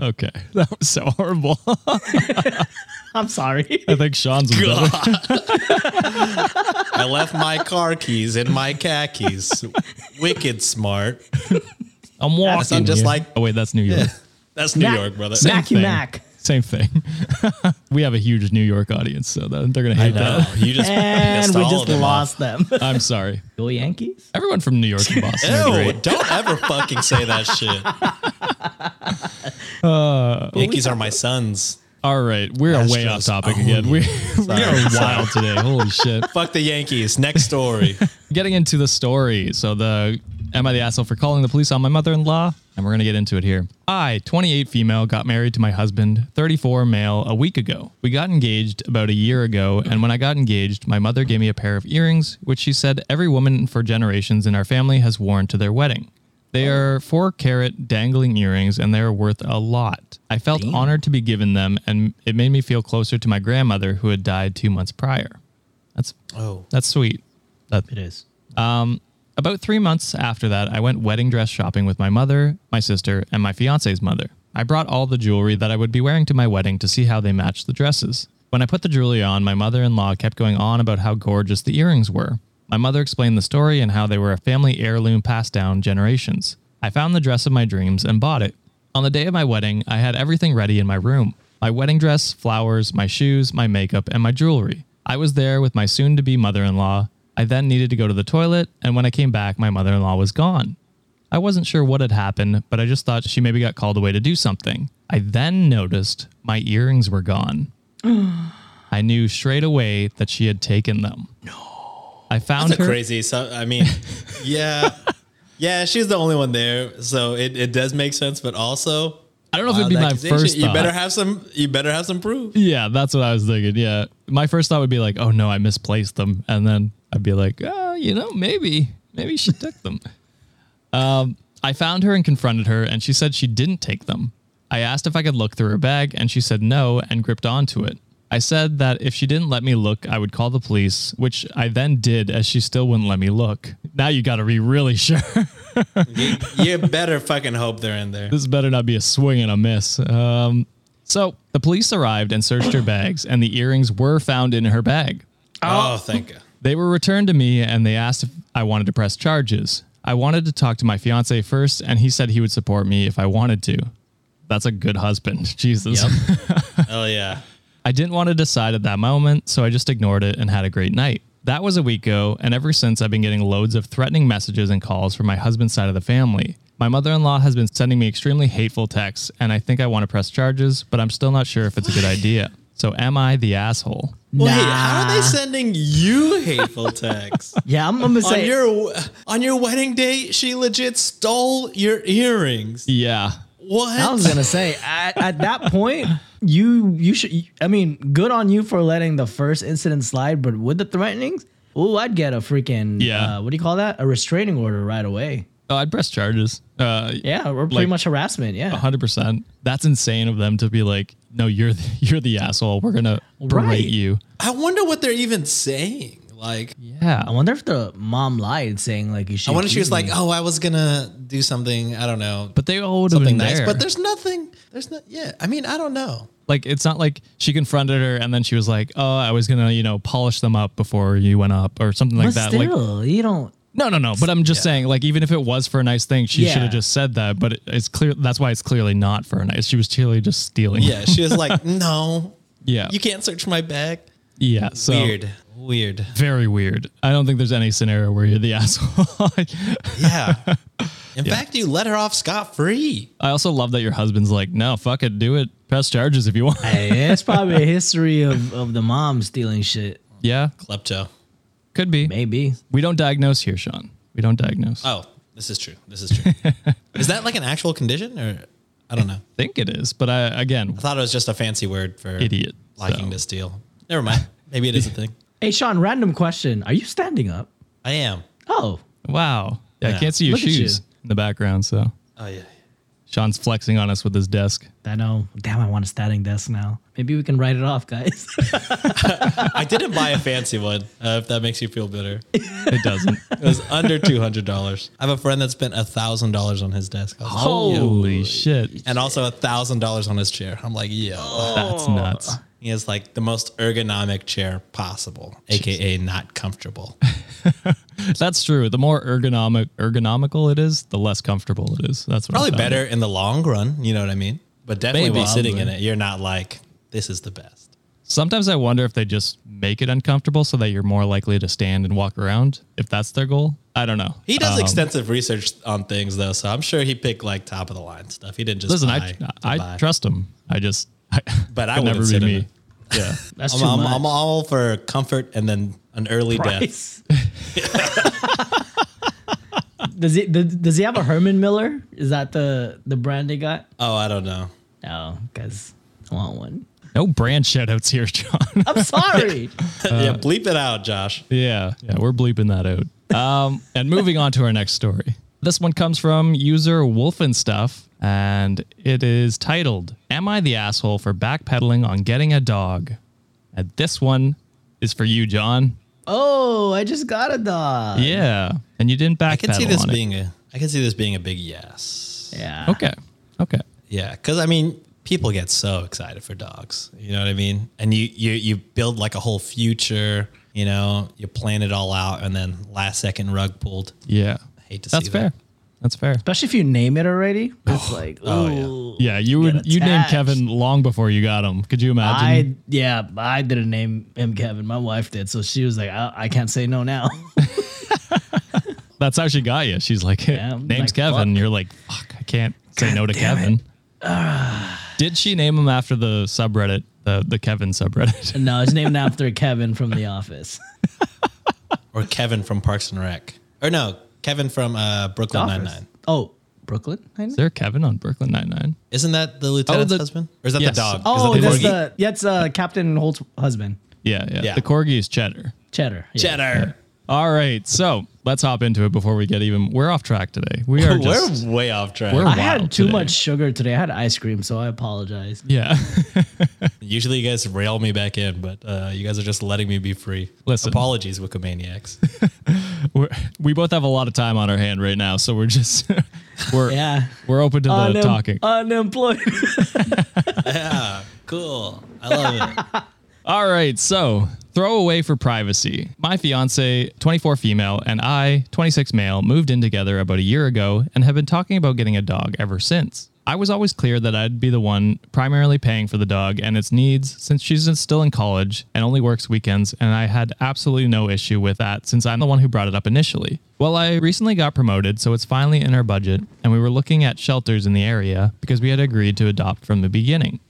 Speaker 1: Okay, *laughs* that was so horrible.
Speaker 5: I'm sorry.
Speaker 1: I think Sean's was better.
Speaker 2: I left my car keys in my khakis. Wicked smart.
Speaker 1: I'm walking.
Speaker 2: sound just
Speaker 1: here.
Speaker 2: like-
Speaker 1: Oh wait, that's New York.
Speaker 2: That's New
Speaker 5: Mac-
Speaker 2: York, brother.
Speaker 5: Mac you
Speaker 1: thing.
Speaker 5: Mac.
Speaker 1: Same thing. *laughs* we have a huge New York audience, so that, they're gonna hate
Speaker 2: No,
Speaker 1: that.
Speaker 2: you just
Speaker 5: And
Speaker 2: *laughs* pissed
Speaker 5: we
Speaker 2: all
Speaker 5: just
Speaker 2: of them off.
Speaker 5: lost them.
Speaker 1: I'm sorry.
Speaker 5: Go Yankees.
Speaker 1: Everyone from New York and Boston. *laughs* are
Speaker 2: Ew,
Speaker 1: great. Uh,
Speaker 2: don't ever fucking say that shit. Yankees are my sons.
Speaker 1: All right, we're way off
Speaker 2: Astros
Speaker 1: topic again. We, *laughs* we are wild today. Holy shit!
Speaker 2: Fuck the Yankees. Next story.
Speaker 1: *laughs* Getting into the story. So the am I the asshole for calling the police on my mother-in-law? And we're gonna get into it here. I, 28 female, got married to my husband, 34 male, a week ago. We got engaged about a year ago, and when I got engaged, my mother gave me a pair of earrings, which she said every woman for generations in our family has worn to their wedding. They are four carat dangling earrings and they are worth a lot. I felt honored to be given them and it made me feel closer to my grandmother who had died two months prior. That's
Speaker 2: Oh.
Speaker 1: that's sweet. That,
Speaker 5: It is.
Speaker 1: about three months after that, I went wedding dress shopping with my mother, my sister, and my fiance's mother. I brought all the jewelry that I would be wearing to my wedding to see how they matched the dresses. When I put the jewelry on, my mother in law kept going on about how gorgeous the earrings were. My mother explained the story and how they were a family heirloom passed down generations. I found the dress of my dreams and bought it. On the day of my wedding, I had everything ready in my room. my wedding dress, flowers, my shoes, my makeup, and my jewelry. I was there with my soon to be mother in law. I then needed to go to the toilet, and when I came back, my mother in law was gone. I wasn't sure what had happened, but I just thought she maybe got called away to do something. I then noticed my earrings were
Speaker 2: *sighs*
Speaker 1: gone. I knew straight away that she had taken them. No. I found
Speaker 2: That's a
Speaker 1: her.
Speaker 2: crazy. So I mean, yeah, yeah, she's the only one there, so it, it does make sense. But also,
Speaker 1: I don't know if
Speaker 2: wow,
Speaker 1: it'd be
Speaker 2: that
Speaker 1: my
Speaker 2: accusation,
Speaker 1: first
Speaker 2: You better
Speaker 1: thought.
Speaker 2: have some. You better have some proof.
Speaker 1: Yeah, that's what I was thinking. Yeah. My first thought would be like, oh no, I misplaced them. And then I'd be like, oh, you know, maybe, maybe she took them. *laughs* Um, I found her and confronted her, and she said she didn't take them. I asked if I could look through her bag, and she said no and gripped onto it. I said that if she didn't let me look, I would call the police, which I then did as she still wouldn't let me look. Now you got to be really *laughs* sure.
Speaker 2: You, you better fucking hope they're in there.
Speaker 1: This better not be a swing and a miss. Um, so the police arrived and searched her bags, and the earrings were found in her bag.
Speaker 2: Oh, thank God.
Speaker 1: They were returned to me, and they asked if I wanted to press charges. I wanted to talk to my fiance first, and he said he would support me if I wanted to. That's a good husband. *laughs* Jesus.
Speaker 2: Oh yeah.
Speaker 1: I didn't want to decide at that moment, so I just ignored it and had a great night. That was a week ago, and ever since I've been getting loads of threatening messages and calls from my husband's side of the family. My mother in law has been sending me extremely hateful texts, and I think I want to press charges, but I'm still not sure if it's a good idea. So, am I the asshole?
Speaker 2: Wait, how are they sending you hateful texts?
Speaker 3: Yeah, I'm, I'm gonna
Speaker 2: on
Speaker 3: say
Speaker 2: your on your wedding day, she legit stole your earrings.
Speaker 1: Yeah.
Speaker 2: What?
Speaker 3: I was gonna say at, at that point, you you should. I mean, good on you for letting the first incident slide, but with the threatenings, oh, I'd get a freaking
Speaker 1: Yeah.
Speaker 3: Uh, what do you call that? A restraining order right away.
Speaker 1: Oh, I'd press charges. Uh,
Speaker 3: Yeah, or pretty
Speaker 1: Like- Oh.
Speaker 3: much harassment. Yeah,
Speaker 1: hundred percent. That's insane of them to be like, no, you're the, *laughs* you're the asshole. We're gonna berate
Speaker 3: Right.
Speaker 1: you.
Speaker 2: I wonder what they're even saying. Like,
Speaker 1: Yeah.
Speaker 3: I wonder if the mom lied, saying like you should.
Speaker 2: I wonder if she was
Speaker 3: accuse
Speaker 2: like,
Speaker 5: mm.
Speaker 2: "Oh,
Speaker 3: me.
Speaker 2: I was gonna do something. I don't know,
Speaker 1: but they all would have
Speaker 2: something
Speaker 1: been
Speaker 2: nice."
Speaker 1: there.
Speaker 2: But there's nothing. There's not. Yeah. I mean, I don't know.
Speaker 1: like, it's not like she confronted her and then she was like, oh, I was gonna, you know, polish them up before you went up or something
Speaker 3: but
Speaker 1: like that. Like,
Speaker 3: still, you don't.
Speaker 1: no, no, no. But I'm just saying, like, even if it was for a nice thing, she should
Speaker 3: Yeah.
Speaker 1: have just said that. But it, it's clear that's why it's clearly not for a nice. She was clearly just stealing.
Speaker 2: Yeah. She was like, *laughs* "No,
Speaker 1: *laughs* yeah,
Speaker 2: you can't search my bag."
Speaker 1: yeah. So
Speaker 2: Weird. Weird.
Speaker 1: Very weird. I don't think there's any scenario where you're the *laughs* asshole.
Speaker 2: Yeah. In fact, you let her off scot free.
Speaker 1: I also love that your husband's like, no, fuck it, do it. Press charges if you want.
Speaker 3: Hey, it's probably a history of of the mom stealing shit.
Speaker 1: *laughs* yeah,
Speaker 2: Klepto.
Speaker 1: could be.
Speaker 3: Maybe
Speaker 1: We don't diagnose here, Sean. We don't diagnose. I
Speaker 2: Oh, this is true. This is true. is that like an actual condition, or I don't know?
Speaker 1: think it is, but I again,
Speaker 2: I thought it was just a fancy word for
Speaker 1: Idiot,
Speaker 2: liking
Speaker 1: so.
Speaker 2: to steal. Never mind. Maybe it is a thing.
Speaker 3: Hey, Sean, random question. Are you standing up?
Speaker 2: I am.
Speaker 3: Oh,
Speaker 1: wow. Yeah, I
Speaker 2: Yeah.
Speaker 1: can't see your
Speaker 3: Look at
Speaker 1: shoes
Speaker 3: you.
Speaker 1: in the background, so
Speaker 2: Oh yeah.
Speaker 1: Sean's flexing on us with his desk.
Speaker 3: I know. Damn, I want a standing desk now. Maybe we can write it off, guys. *laughs*
Speaker 2: I didn't buy a fancy one. Uh, if that makes you feel better, it
Speaker 1: It doesn't.
Speaker 2: was under two hundred dollars. I have a friend that spent thousand dollars on his desk,
Speaker 1: Holy Oh, shit.
Speaker 2: and also thousand dollars on his chair. I'm like, yo,
Speaker 1: That's nuts.
Speaker 2: he has like the most ergonomic chair possible, aka not comfortable.
Speaker 1: That's true. The more ergonomic ergonomical it is, the less comfortable it is. That's what I
Speaker 2: Probably
Speaker 1: found.
Speaker 2: better in the long run. You know what I mean? But definitely
Speaker 1: Maybe.
Speaker 2: while sitting in
Speaker 1: Probably.
Speaker 2: it, you're not like this is the best.
Speaker 1: Sometimes I wonder if they just make it uncomfortable so that you're more likely to stand and walk around, if that's their goal. I don't know.
Speaker 2: He does
Speaker 1: Um,
Speaker 2: extensive research on things though, so I'm sure he picked like top of the line stuff. He didn't just
Speaker 1: Listen,
Speaker 2: buy
Speaker 1: I,
Speaker 2: to
Speaker 1: I
Speaker 2: buy.
Speaker 1: trust him. I just, *laughs* I,
Speaker 2: But I
Speaker 1: could
Speaker 2: wouldn't
Speaker 1: never be
Speaker 2: sit in
Speaker 1: me.
Speaker 2: it.
Speaker 1: *laughs* Yeah.
Speaker 2: *laughs*
Speaker 3: That's
Speaker 2: I'm,
Speaker 3: too
Speaker 2: I'm,
Speaker 3: much.
Speaker 2: I'm all for comfort and then an early death.
Speaker 3: Price. *laughs* does he does, does he have a Herman Miller? Is that the the brand they got?
Speaker 2: Oh, I don't know.
Speaker 3: No, because I want one.
Speaker 1: no brand shout outs here, John.
Speaker 3: I'm sorry.
Speaker 1: Uh,
Speaker 2: *laughs* yeah, bleep it out, Josh.
Speaker 1: *laughs* yeah. Yeah. We're bleeping that out. Um, and moving on to our next story. This one comes from user Wolfen Stuff, and it is titled, Am I the Asshole for Backpedaling on Getting a Dog? And this one is for you, John.
Speaker 3: oh, I just got a dog.
Speaker 1: Yeah, and you didn't backpedal.
Speaker 2: I can see this
Speaker 1: on it.
Speaker 2: being a I can see this being a big yes.
Speaker 3: Yeah.
Speaker 1: okay. Okay.
Speaker 2: Yeah, because I mean, people get so excited for dogs. You know what I mean? And you you you build like a whole future. You know, you plan it all out, and then last second rug pulled.
Speaker 1: Yeah,
Speaker 2: Hate to
Speaker 1: that's
Speaker 2: see
Speaker 1: fair.
Speaker 2: that.
Speaker 1: That's fair.
Speaker 5: Especially if you name it already. It's like, oh,
Speaker 1: Yeah, you would. You named
Speaker 5: attached.
Speaker 1: Kevin long before you got him. Could you imagine?
Speaker 5: I yeah, I didn't name him Kevin. My wife did, so she was like, I, I can't say no now.
Speaker 1: That's how she got you. She's like, *laughs*
Speaker 5: Yeah, I'm
Speaker 1: name's
Speaker 5: like,
Speaker 1: Kevin.
Speaker 5: fuck.
Speaker 1: And you're like, fuck, I can't say no to Kevin.
Speaker 5: *sighs*
Speaker 1: Did she name him after the subreddit, the the Kevin
Speaker 5: *laughs*
Speaker 1: subreddit?
Speaker 5: no, it's named after Kevin from The Office.
Speaker 2: or Kevin from Parks and Rec, or no, Kevin from uh, Brooklyn Nine
Speaker 5: Office.
Speaker 2: Nine.
Speaker 5: Oh, Brooklyn. Nine-Nine?
Speaker 1: Is there a Kevin on Brooklyn Nine Nine?
Speaker 2: Isn't that the lieutenant's
Speaker 1: the-
Speaker 2: husband, or is that
Speaker 1: Yes.
Speaker 2: the dog? Is
Speaker 5: Oh,
Speaker 2: that the
Speaker 5: that's
Speaker 2: corgi?
Speaker 5: the yeah, it's uh, Captain Holt's husband,
Speaker 1: Yeah, yeah,
Speaker 2: Yeah.
Speaker 1: The corgi is Cheddar.
Speaker 5: Cheddar. Yeah.
Speaker 2: cheddar.
Speaker 1: All right, so let's hop into it before we get even. We're off track today. We are just.
Speaker 2: *laughs* we're way off track.
Speaker 1: We're
Speaker 5: I
Speaker 1: wild
Speaker 5: had too
Speaker 1: Oh, today.
Speaker 5: much sugar today. I had ice cream, so I apologize.
Speaker 1: Yeah. *laughs*
Speaker 2: Usually you guys rail me back in, but uh, you guys are just letting me be free.
Speaker 1: Listen.
Speaker 2: apologies, Wikimaniacs.
Speaker 1: we're, we both have a lot of time on our hand right now, so we're just *laughs* we're
Speaker 5: Yeah. Uh,
Speaker 1: we're open to the
Speaker 5: Unem-
Speaker 1: talking.
Speaker 5: Unemployed.
Speaker 2: *laughs* cool, I love it.
Speaker 1: All right, so throwaway for privacy. My fiance, 24 female, and I, 26 male, moved in together about a year ago and have been talking about getting a dog ever since. I was always clear that I'd be the one primarily paying for the dog and its needs since she's still in college and only works weekends, and I had absolutely no issue with that since I'm the one who brought it up initially. Well, I recently got promoted, so it's finally in our budget, and we were looking at shelters in the area because we had agreed to adopt from the beginning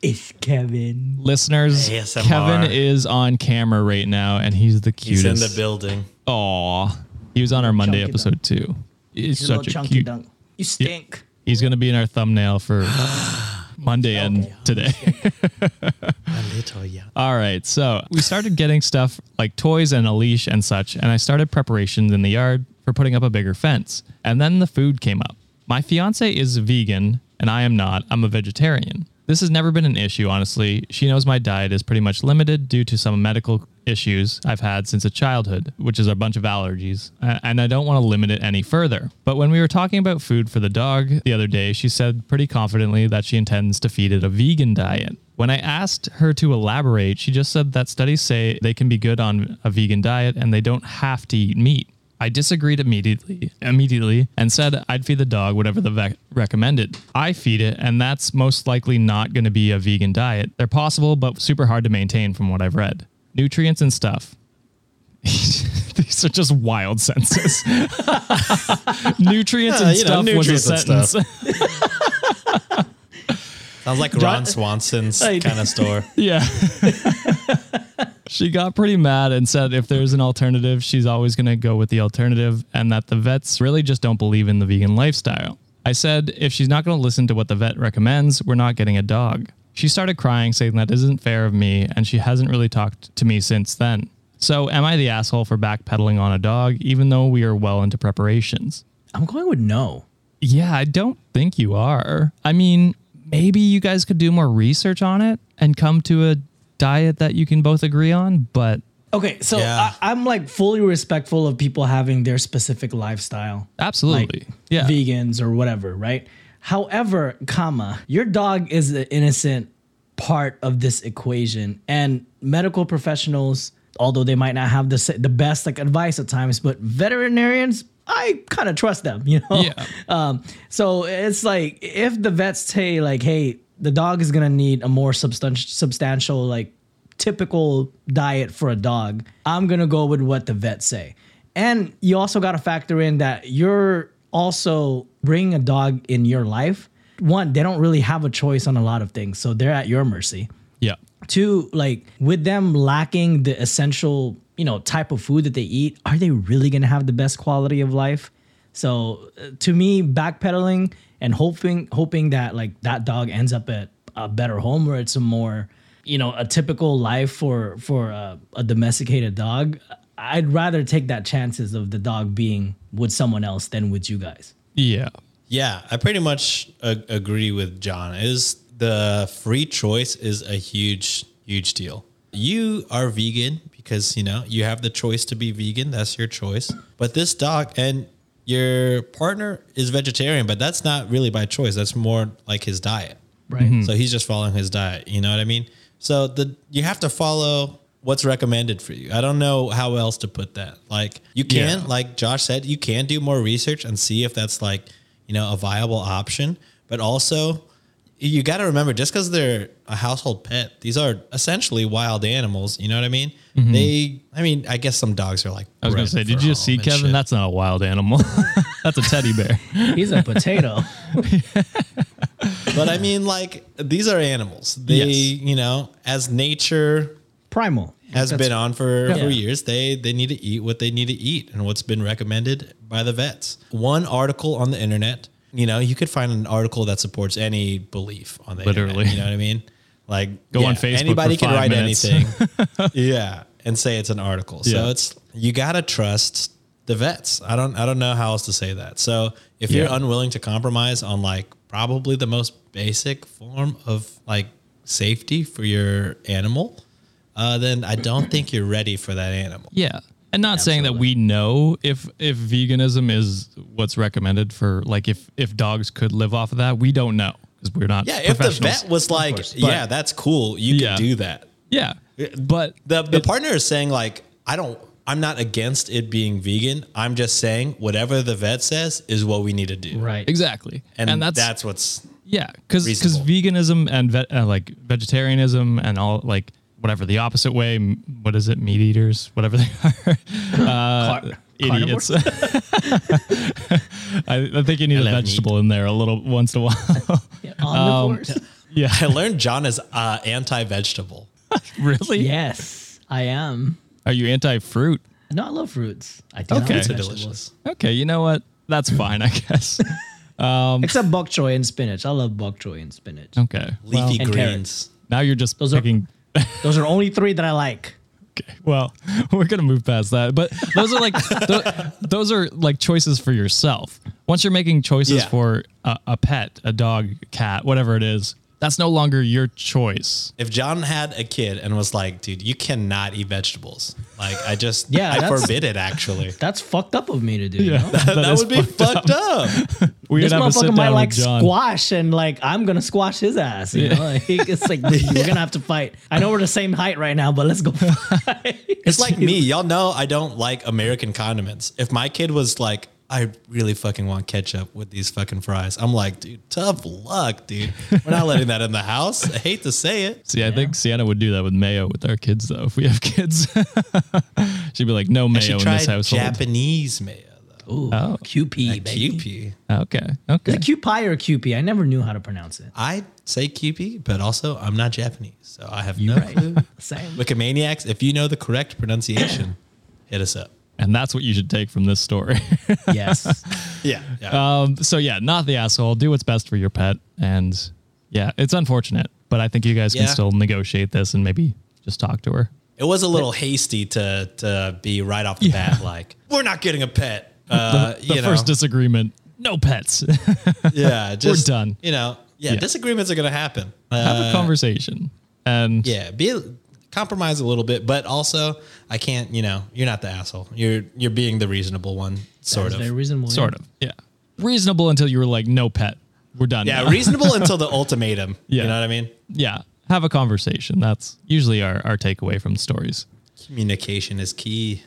Speaker 5: it's Kevin.
Speaker 1: listeners,
Speaker 2: ASMR.
Speaker 1: Kevin is on camera right now, and he's the
Speaker 2: He's
Speaker 1: cutest.
Speaker 2: in the building.
Speaker 1: Aw, he was on our Monday
Speaker 5: Chunky
Speaker 1: episode too. He's
Speaker 5: Little
Speaker 1: such a
Speaker 5: chunky
Speaker 1: cute.
Speaker 5: dunk. You stink.
Speaker 1: He's gonna be in our thumbnail
Speaker 2: *gasps*
Speaker 1: for Monday and
Speaker 2: *laughs*
Speaker 1: today.
Speaker 2: A little young.
Speaker 1: All right, so we started getting stuff like toys and a leash and such, and I started preparations in the yard for putting up a bigger fence. And then the food came up. My fiance is vegan, and I am not. I'm a vegetarian. This has never been an issue, honestly. She knows my diet is pretty much limited due to some medical issues I've had since a childhood, which is a bunch of allergies, a- and I don't want to limit it any further. But when we were talking about food for the dog the other day, she said pretty confidently that she intends to feed it a vegan diet. When I asked her to elaborate, she just said that studies say they can be good on a vegan diet and they don't have to eat meat. I disagreed immediately, immediately, and said I'd feed the dog whatever the vet recommended. I feed it, and that's most likely not going to be a vegan diet. They're possible, but super hard to maintain, from what I've read. Nutrients and stuff. *laughs* These are just wild sentences. *laughs* nutrients
Speaker 2: Yeah,
Speaker 1: and
Speaker 2: you know,
Speaker 1: stuff
Speaker 2: nutrients and
Speaker 1: was a
Speaker 2: stuff.
Speaker 1: sentence.
Speaker 2: Sounds like Ron Swanson's
Speaker 5: Hey.
Speaker 2: kind of store.
Speaker 1: Yeah. *laughs* she got pretty mad and said if there's an alternative, she's always going to go with the alternative and that the vets really just don't believe in the vegan lifestyle. I said if she's not going to listen to what the vet recommends, we're not getting a dog. She started crying, saying that isn't fair of me, and she hasn't really talked to me since then. So, am I the asshole for backpedaling on a dog, even though we are well into preparations?
Speaker 5: I'm going with no.
Speaker 1: Yeah, I don't think you are. I mean, maybe you guys could do more research on it and come to a diet that you can both agree on, but
Speaker 5: Okay, so
Speaker 2: Yeah.
Speaker 5: I, I'm like fully respectful of people having their specific lifestyle.
Speaker 1: absolutely.
Speaker 5: like
Speaker 1: yeah.
Speaker 5: vegans or whatever, right? However, comma, your dog is the innocent part of this equation, and medical professionals, although they might not have the sa- the best like advice at times, but veterinarians, I kind of trust them, *laughs* you
Speaker 2: *laughs*
Speaker 5: know.
Speaker 1: Yeah.
Speaker 5: Um, so it's like if the vets say like, hey, the dog is gonna need a more substantial, substantial like typical diet for a dog. I'm gonna go with what the vets say, and you also got to factor in that you're also bringing a dog in your life. One, they don't really have a choice on a lot of things, so they're at your mercy
Speaker 1: yeah.
Speaker 5: two like with them lacking the essential you know type of food that they eat are they really going to have the best quality of life so uh, to me backpedaling and hoping hoping that like that dog ends up at a better home where it's a more you know a typical life for for a, a domesticated dog i'd rather take that chances of the dog being with someone else than with you guys
Speaker 1: Yeah.
Speaker 2: Yeah, I pretty much a- agree with John. Is the free choice is a huge, huge deal. You are vegan because you know you have the choice to be vegan. That's your choice. But this dog and your partner is vegetarian, but that's not really by choice. That's more like his diet.
Speaker 5: right
Speaker 2: So he's just following his diet. You know what I mean? So the you have to follow what's recommended for you. I don't know how else to put that. Like you can,
Speaker 1: Yeah.
Speaker 2: like Josh said, you can do more research and see if that's like, you know, a viable option. But also you got to remember just because they're a household pet, these are essentially wild animals. You know what I mean? They, I mean, I guess some dogs are like,
Speaker 1: Mm-hmm. I was gonna say,
Speaker 2: bred for
Speaker 1: did you just see
Speaker 2: home and
Speaker 1: Kevin?
Speaker 2: shit.
Speaker 1: That's not a wild animal. *laughs* That's a teddy
Speaker 2: *laughs*
Speaker 1: bear.
Speaker 3: He's a potato.
Speaker 2: but I mean, like these
Speaker 1: *laughs*
Speaker 2: are animals. They,
Speaker 1: Yes.
Speaker 2: you know, as nature
Speaker 3: Primal.
Speaker 2: has
Speaker 3: That's-
Speaker 2: been on for,
Speaker 3: Yeah.
Speaker 2: for years. They they need to eat what they need to eat and what's been recommended by the vets. One article on the internet, you know, you could find an article that supports any belief on the
Speaker 1: Literally.
Speaker 2: internet, you know what I mean? Like
Speaker 1: Go on Facebook for
Speaker 2: Anybody can
Speaker 1: five
Speaker 2: write
Speaker 1: minutes. *laughs*
Speaker 2: anything. yeah. And say it's an article. So
Speaker 1: Yeah.
Speaker 2: it's you gotta trust the vets. I don't I don't know how else to say that. So if you're
Speaker 1: Yeah.
Speaker 2: unwilling to compromise on like probably the most basic form of like safety for your animal, uh, then I don't think you're ready for that animal.
Speaker 1: Yeah. And not saying that we know if if veganism is what's recommended for like if if dogs could live off of that, we don't know because we're not
Speaker 2: Yeah, if the
Speaker 1: professionals.
Speaker 2: vet was like, yeah, that's cool, you
Speaker 1: Yeah.
Speaker 2: can do that.
Speaker 1: yeah. But
Speaker 2: The the
Speaker 1: it-
Speaker 2: partner is saying like, I don't I'm not against it being vegan. I'm just saying whatever the vet says is what we need to do.
Speaker 3: Right.
Speaker 1: exactly.
Speaker 2: And, that's, what's
Speaker 1: Yeah, because
Speaker 2: Reasonable.
Speaker 1: veganism and ve- uh, like vegetarianism and all like whatever the opposite way, m- what is it, meat eaters, whatever they *laughs* are, Uh,
Speaker 3: Car-
Speaker 1: idiots. *laughs* I, I think you need a
Speaker 2: love
Speaker 1: vegetable in there a little once in a while.
Speaker 3: Omnivores.
Speaker 2: *laughs* I learned John is uh, anti vegetable.
Speaker 1: really?
Speaker 3: yes, I am.
Speaker 1: Are you anti fruit?
Speaker 3: No, I love fruits. I do
Speaker 1: Okay.
Speaker 3: okay.
Speaker 1: Fruits
Speaker 2: It's
Speaker 1: are
Speaker 3: not
Speaker 2: delicious.
Speaker 1: Okay, you know what? That's fine, I guess.
Speaker 3: Except bok choy and spinach. I love bok choy and spinach.
Speaker 1: Okay.
Speaker 2: Leafy
Speaker 3: and
Speaker 2: greens.
Speaker 1: Now you're just
Speaker 3: are-
Speaker 1: picking.
Speaker 3: *laughs* Those are only three that I like.
Speaker 1: well, *laughs* we're gonna move past that. But those *laughs* are like th- those are like choices for yourself. Once you're making choices
Speaker 2: Yeah.
Speaker 1: for a, a pet, a dog, cat, whatever it is, that's no longer your choice.
Speaker 2: If John had a kid and was like, dude, you cannot eat vegetables. Like I just
Speaker 3: Yeah,
Speaker 2: I
Speaker 3: that's-
Speaker 2: forbid it actually.
Speaker 3: That's fucked up of me to do. You know?
Speaker 1: that,
Speaker 2: That,
Speaker 1: is
Speaker 2: would be fucked up.
Speaker 1: We'd
Speaker 3: This
Speaker 1: have a sit
Speaker 3: motherfucker might
Speaker 1: down
Speaker 3: like
Speaker 1: with John.
Speaker 3: squash and like I'm gonna squash his ass. You know, like, it's *laughs* like we're gonna have to fight. I know we're the same height right now, but let's *laughs* go.
Speaker 2: It's like me. Y'all know I don't like American condiments. If my kid was like, I really fucking want ketchup with these fucking fries, I'm like, dude, tough luck, dude. We're not letting that in the house. I hate to say
Speaker 1: *laughs*
Speaker 2: it.
Speaker 1: See, I think Sienna would do that with mayo with our kids though. If we have kids, *laughs* she'd be like, "No
Speaker 2: She
Speaker 1: mayo in
Speaker 2: tried
Speaker 1: this household."
Speaker 2: Japanese mayo, though.
Speaker 3: Ooh, QP, baby.
Speaker 2: QP.
Speaker 1: okay, okay.
Speaker 3: Is it QPI or QP? I never knew how to pronounce it.
Speaker 2: I say QP, but also I'm not Japanese, so I have no
Speaker 3: right.
Speaker 2: clue.
Speaker 3: *laughs* Same.
Speaker 2: Wikimaniacs, if you know the correct pronunciation, *coughs* hit us up.
Speaker 1: And that's what you should take from this story.
Speaker 3: Yes.
Speaker 2: Yeah. Uh, yeah.
Speaker 1: Um, so yeah, not the asshole. Do what's best for your pet, and yeah, it's unfortunate, but I think you guys
Speaker 2: Yeah.
Speaker 1: can still negotiate this and maybe just talk to her.
Speaker 2: It was a little hasty to to be right off the bat like *laughs* we're not getting a *laughs* pet. Uh,
Speaker 1: The
Speaker 2: you know,
Speaker 1: first disagreement: no pets. *laughs* Have
Speaker 2: yeah, just,
Speaker 1: done.
Speaker 2: You know, yeah,
Speaker 1: Yeah.
Speaker 2: disagreements are gonna happen. Uh,
Speaker 1: a conversation, and
Speaker 2: Yeah, be compromise a little bit, but also I can't. You know, you're not the asshole. You're you're being the reasonable one, sort
Speaker 3: It's
Speaker 2: of.
Speaker 3: very reasonable.
Speaker 1: sort of yeah, reasonable until you were like, no pet, we're done.
Speaker 2: yeah, *laughs*
Speaker 1: now.
Speaker 2: reasonable until the ultimatum.
Speaker 1: Yeah.
Speaker 2: You know what I mean?
Speaker 1: *laughs* yeah. Have a conversation. That's usually our our takeaway from stories.
Speaker 2: Communication is key.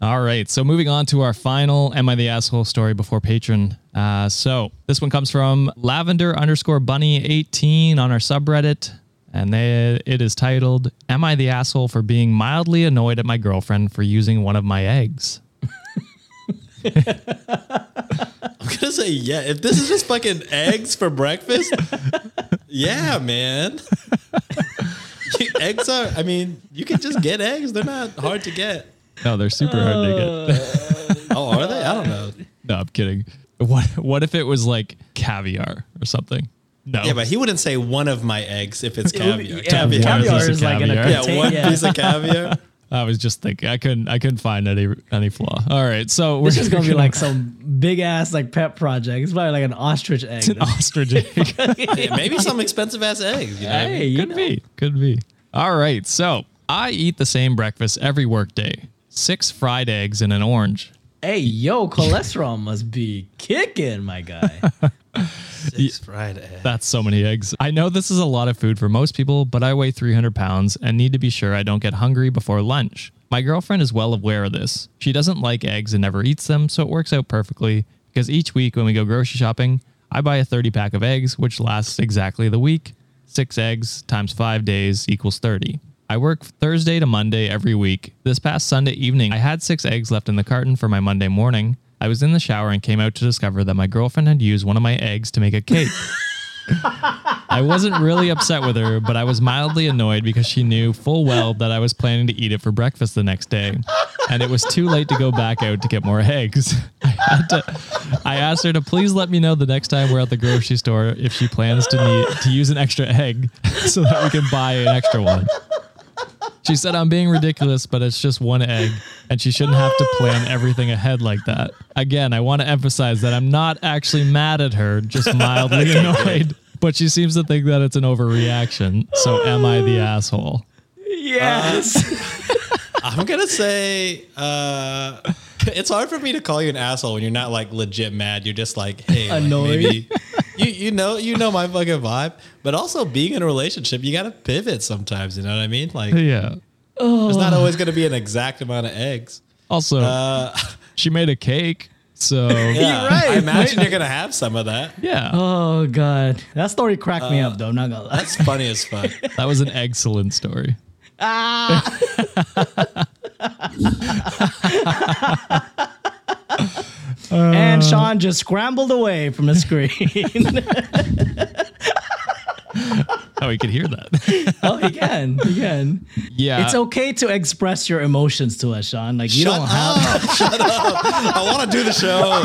Speaker 1: All right. So moving on to our final Am I the Asshole story before patron. Uh, so this one comes from lavender underscore bunny 18 on our subreddit. And they, it is titled, Am I the Asshole for Being Mildly Annoyed at My Girlfriend for Using One of My Eggs?
Speaker 2: I'm gonna say yeah. If this is just fucking eggs for breakfast, yeah, man. You- eggs are. I mean, you can just get eggs. They're not hard to get.
Speaker 1: No, they're super hard to
Speaker 3: Uh.
Speaker 1: get.
Speaker 2: Oh, are they? I don't know.
Speaker 1: *laughs* No, I'm kidding. What, what if it was like caviar or something? No.
Speaker 2: Yeah, but he wouldn't say one of my eggs if it's
Speaker 3: would
Speaker 2: caviar.
Speaker 3: be- yeah,
Speaker 2: caviar.
Speaker 1: caviar
Speaker 2: is-
Speaker 1: is
Speaker 3: like in a
Speaker 1: caviar.
Speaker 2: Yeah,
Speaker 3: contain-
Speaker 2: one
Speaker 3: yeah.
Speaker 2: piece of caviar.
Speaker 1: I was just thinking, I couldn't, I couldn't find any, any flaw. All right. So we're
Speaker 3: This is gonna
Speaker 1: *laughs*
Speaker 3: be like some big ass like pet project. It's probably like an ostrich egg.
Speaker 1: an ostrich
Speaker 3: *laughs*
Speaker 1: egg.
Speaker 2: Yeah, maybe some expensive ass eggs. You know?
Speaker 3: hey, you
Speaker 1: could
Speaker 3: know.
Speaker 1: be. Could be. All right. So I eat the same breakfast every workday six fried eggs and an orange.
Speaker 3: Hey, yo, cholesterol must be kicking, my guy.
Speaker 2: Six fried eggs.
Speaker 1: That's so many eggs. I know this is a lot of food for most people, but I weigh 300 pounds and need to be sure I don't get hungry before lunch. My girlfriend is well aware of this. She doesn't like eggs and never eats them, so it works out perfectly because each week when we go grocery shopping, I buy a 30 pack of eggs, which lasts exactly the week. Six eggs times five days equals 30. I work Thursday to Monday every week. This past Sunday evening, I had six eggs left in the carton for my Monday morning. I was in the shower and came out to discover that my girlfriend had used one of my eggs to make a cake. I wasn't really upset with her, but I was mildly annoyed because she knew full well that I was planning to eat it for breakfast the next day. And it was too late to go back out to get more eggs. *laughs* I, had to, I asked her to please let me know the next time we're at the grocery store if she plans to need to use an extra egg *laughs* so that we can buy an extra one. She said I'm being ridiculous, but it's just one egg, and she shouldn't have to plan everything ahead like that. Again, I want to emphasize that I'm not actually mad at her, just mildly annoyed. But she seems to think that it's an overreaction. So am I the asshole?
Speaker 3: Yes.
Speaker 2: I'm gonna say uh, it's hard for me to call you an asshole when you're not like legit mad. You're just like, hey, like,
Speaker 3: Annoyed. *laughs*
Speaker 2: maybe you you know you know my fucking vibe. But also being in a relationship, you gotta pivot sometimes. You know what I mean? Like
Speaker 1: Yeah.
Speaker 2: there's not always gonna be an exact amount of eggs.
Speaker 1: Also,
Speaker 3: *laughs*
Speaker 2: Uh,
Speaker 1: she made a cake. So yeah.
Speaker 2: yeah, I imagine you're gonna have some of that.
Speaker 3: *laughs* oh God, that story cracked me up though. Not gonna lie.
Speaker 2: That's funny as fuck.
Speaker 1: that was an excellent story.
Speaker 3: and Sean just scrambled away from the screen. *laughs*
Speaker 1: Oh, we could hear that.
Speaker 3: oh, he can. He can.
Speaker 1: yeah.
Speaker 3: It's okay to express your emotions to us, Sean. Like you don't have.
Speaker 2: I want to do the show.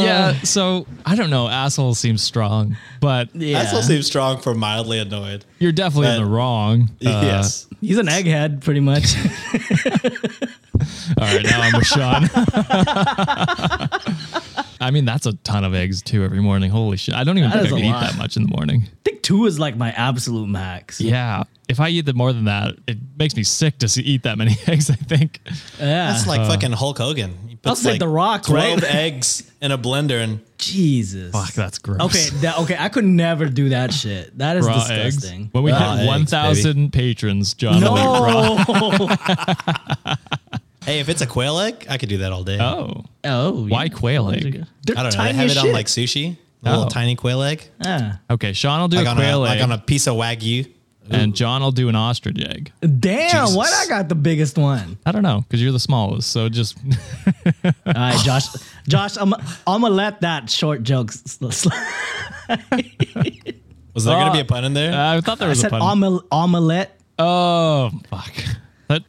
Speaker 1: Yeah. So I don't know. Asshole seems strong, but
Speaker 3: Yeah.
Speaker 2: That still seems strong for mildly annoyed.
Speaker 1: you're definitely in the
Speaker 2: But-
Speaker 1: wrong. Uh,
Speaker 2: yes.
Speaker 3: He's an egghead, pretty much.
Speaker 1: All right, now I'm *laughs* with Sean. I mean, that's a ton of eggs too every morning. Holy shit! I don't even
Speaker 3: That
Speaker 1: think
Speaker 3: is
Speaker 1: I
Speaker 3: a
Speaker 1: could eat
Speaker 3: lot.
Speaker 1: that much in the morning.
Speaker 3: I think two is like my absolute max.
Speaker 1: Yeah, if I eat the more than that, it makes me sick to see, eat that many *laughs* eggs. I think.
Speaker 3: Yeah.
Speaker 2: That's like fucking Hulk Hogan. He puts
Speaker 3: That's like uh. The Rock,
Speaker 2: 12
Speaker 3: right?
Speaker 2: eggs in a blender and
Speaker 3: Jesus.
Speaker 1: Fuck, that's gross.
Speaker 3: Okay, that, okay, I could never do that shit. That is
Speaker 1: raw eggs.
Speaker 3: disgusting.
Speaker 1: When we
Speaker 2: Raw
Speaker 1: had
Speaker 2: eggs,
Speaker 1: one thousand patrons, John.
Speaker 3: *laughs*
Speaker 1: will eat raw-
Speaker 3: no.
Speaker 2: hey, if it's a quail egg, I could do that all day.
Speaker 1: Oh,
Speaker 3: oh,
Speaker 1: why quail egg?
Speaker 3: They're
Speaker 2: I don't know. They
Speaker 3: tiny
Speaker 2: have it
Speaker 3: as
Speaker 2: on
Speaker 3: shit.
Speaker 2: like sushi. A little
Speaker 1: Oh.
Speaker 2: tiny quail egg.
Speaker 3: Ah.
Speaker 1: Okay, Sean will do
Speaker 2: Like
Speaker 1: a
Speaker 2: on a,
Speaker 1: quail
Speaker 2: like
Speaker 1: egg,
Speaker 2: on a piece of wagyu.
Speaker 1: and John will do an ostrich egg.
Speaker 3: Damn,
Speaker 2: Jesus.
Speaker 3: what I got the biggest one?
Speaker 1: I don't know because you're the smallest, so just *laughs*
Speaker 3: All *sighs* right, Josh. Josh, I'm I'm gonna let that short joke. s- s- slide.
Speaker 2: Was there going
Speaker 1: Oh.
Speaker 2: to be a pun in there?
Speaker 1: I thought there
Speaker 3: I
Speaker 1: was a
Speaker 3: *laughs* said
Speaker 1: pun.
Speaker 3: omel- omelette.
Speaker 1: Oh fuck! That.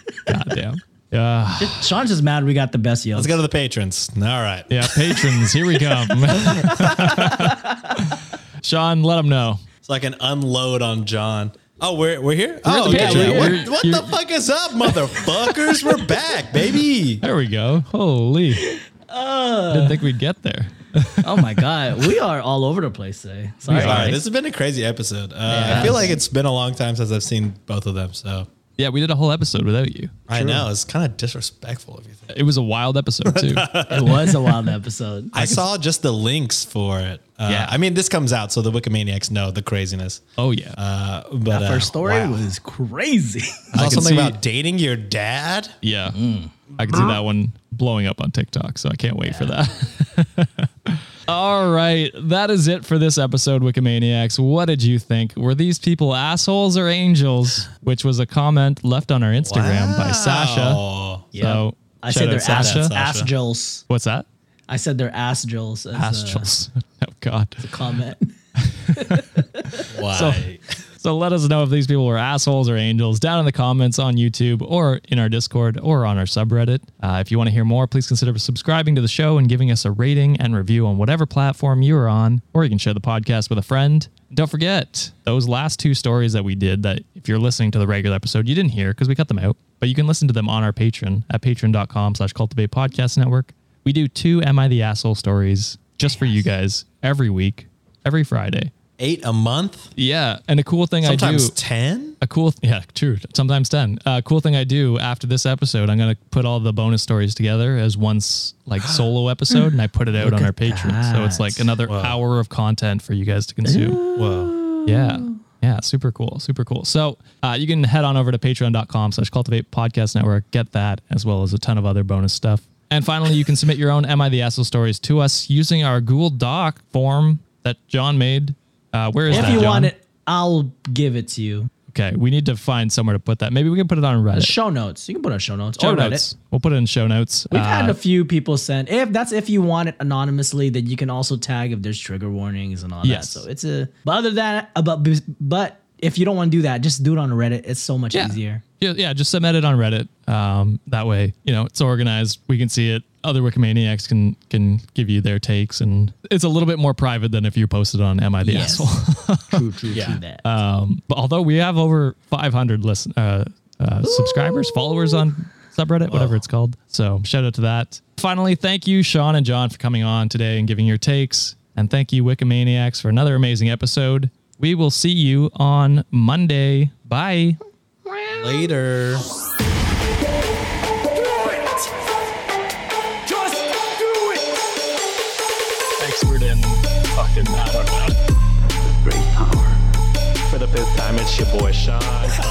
Speaker 1: *laughs* Goddamn. Yeah.
Speaker 3: Sean's just mad we got the best yells.
Speaker 2: Let's go to the patrons. All right.
Speaker 1: Yeah. Patrons, here we come. *laughs* Sean, let them know.
Speaker 2: So I can unload on John. Oh, we're, we're here? oh,
Speaker 1: the
Speaker 2: yeah,
Speaker 1: kitchen.
Speaker 2: we're-
Speaker 1: We're-
Speaker 2: What,
Speaker 1: you're-
Speaker 2: what the fuck is up, motherfuckers? we're
Speaker 1: *laughs*
Speaker 2: back, baby.
Speaker 1: There we go. Holy. Didn't think we'd get there.
Speaker 3: Oh my
Speaker 1: *laughs*
Speaker 3: god, we are all over the place today. Sorry.
Speaker 1: are.
Speaker 2: All right.
Speaker 1: Alright.
Speaker 2: This has been a crazy episode. Uh, I feel like it's been a long time since I've seen both of them. So
Speaker 1: Yeah, we did a whole episode without you.
Speaker 2: I know it's kind of disrespectful of you.
Speaker 1: It was a wild episode too.
Speaker 3: It was a wild episode.
Speaker 2: I saw just the links for it. Uh,
Speaker 1: Yeah.
Speaker 2: I mean, this comes out, so the Wikimaniacs know the craziness.
Speaker 1: oh yeah.
Speaker 2: Uh, but
Speaker 3: Her story
Speaker 2: wow.
Speaker 3: was *laughs*
Speaker 2: I
Speaker 3: crazy.
Speaker 2: saw
Speaker 1: can
Speaker 2: something
Speaker 1: see-
Speaker 2: about dating your dad.
Speaker 1: yeah. I can see that one blowing up on TikTok, so I can't wait for that. *laughs* All right, that is it for this episode, Wikimaniacs. What did you think? Were these people assholes or angels? Which was a comment left on our Instagram by Sasha.
Speaker 2: Wow.
Speaker 1: So
Speaker 3: I
Speaker 1: shout
Speaker 3: said
Speaker 1: out
Speaker 3: they're ass,
Speaker 1: Sasha.
Speaker 3: ass jolts.
Speaker 1: What's that?
Speaker 3: I said they're ass jolts as a
Speaker 1: Astrals. *laughs* oh God.
Speaker 3: comment.
Speaker 2: Why?
Speaker 1: So, so let us know if these people were assholes or angels down in the comments on YouTube or in our Discord or on our subreddit. Uh, if you want to hear more, please consider subscribing to the show and giving us a rating and review on whatever platform you are on, or you can share the podcast with a friend. Don't forget those last two stories that we did that if you're listening to the regular episode, you didn't hear because we cut them out, but you can listen to them on our Patreon at patreon.com slash cultivate podcast network. We do two Am I the Asshole stories just for you guys every week, every Friday.
Speaker 2: eight a month,
Speaker 1: Yeah, and a cool thing I
Speaker 2: sometimes
Speaker 1: do.
Speaker 2: ten.
Speaker 1: a cool yeah true sometimes 10 uh, cool thing i do after this episode i'm gonna put all the bonus stories together as once
Speaker 3: *gasps*
Speaker 1: like solo episode and i put it out on
Speaker 3: at
Speaker 1: our patreon so it's
Speaker 3: that.
Speaker 1: like another hour of content for you guys to consume
Speaker 2: Whoa.
Speaker 1: yeah yeah super cool super cool so uh, you can head on over to patreon.com slash cultivate podcast network get that as well as a ton of other bonus stuff and finally you can submit your own am i the asshole stories to us using our google doc form that john made uh, where is
Speaker 3: If
Speaker 1: that,
Speaker 3: you
Speaker 1: John?
Speaker 3: want it, I'll give it to you.
Speaker 1: Okay, we need to find somewhere to put that. Maybe we can put it on Reddit.
Speaker 3: Show notes. You can put on show notes.
Speaker 1: show
Speaker 3: or Reddit.
Speaker 1: notes. We'll put it in show notes.
Speaker 3: We've
Speaker 1: Uh,
Speaker 3: had a few people send. If that's if you want it anonymously, then you can also tag if there's trigger warnings and all
Speaker 1: Yes.
Speaker 3: that. So it's a. But other than that, uh, but but if you don't want to do that, just do it on Reddit. It's so much
Speaker 1: Yeah.
Speaker 3: easier.
Speaker 1: yeah, yeah, just submit it on Reddit. Um, that way, you know, it's organized. We can see it. Other Wikimaniacs can can give you their takes, and it's a little bit more private than if you posted on "Am I the
Speaker 3: Yes.
Speaker 1: asshole?"
Speaker 3: True, true, true. That.
Speaker 1: Um, but although we have over 500 listen, uh, uh, subscribers, followers on subreddit, whatever it's called. So shout out to that. Finally, thank you, Sean and John, for coming on today and giving your takes. And thank you, Wikimaniacs, for another amazing episode. We will see you on Monday. Bye.
Speaker 2: Later.
Speaker 4: Expert in fucking, I don't know.
Speaker 6: Great power
Speaker 4: For the fifth time, it's your boy Sean.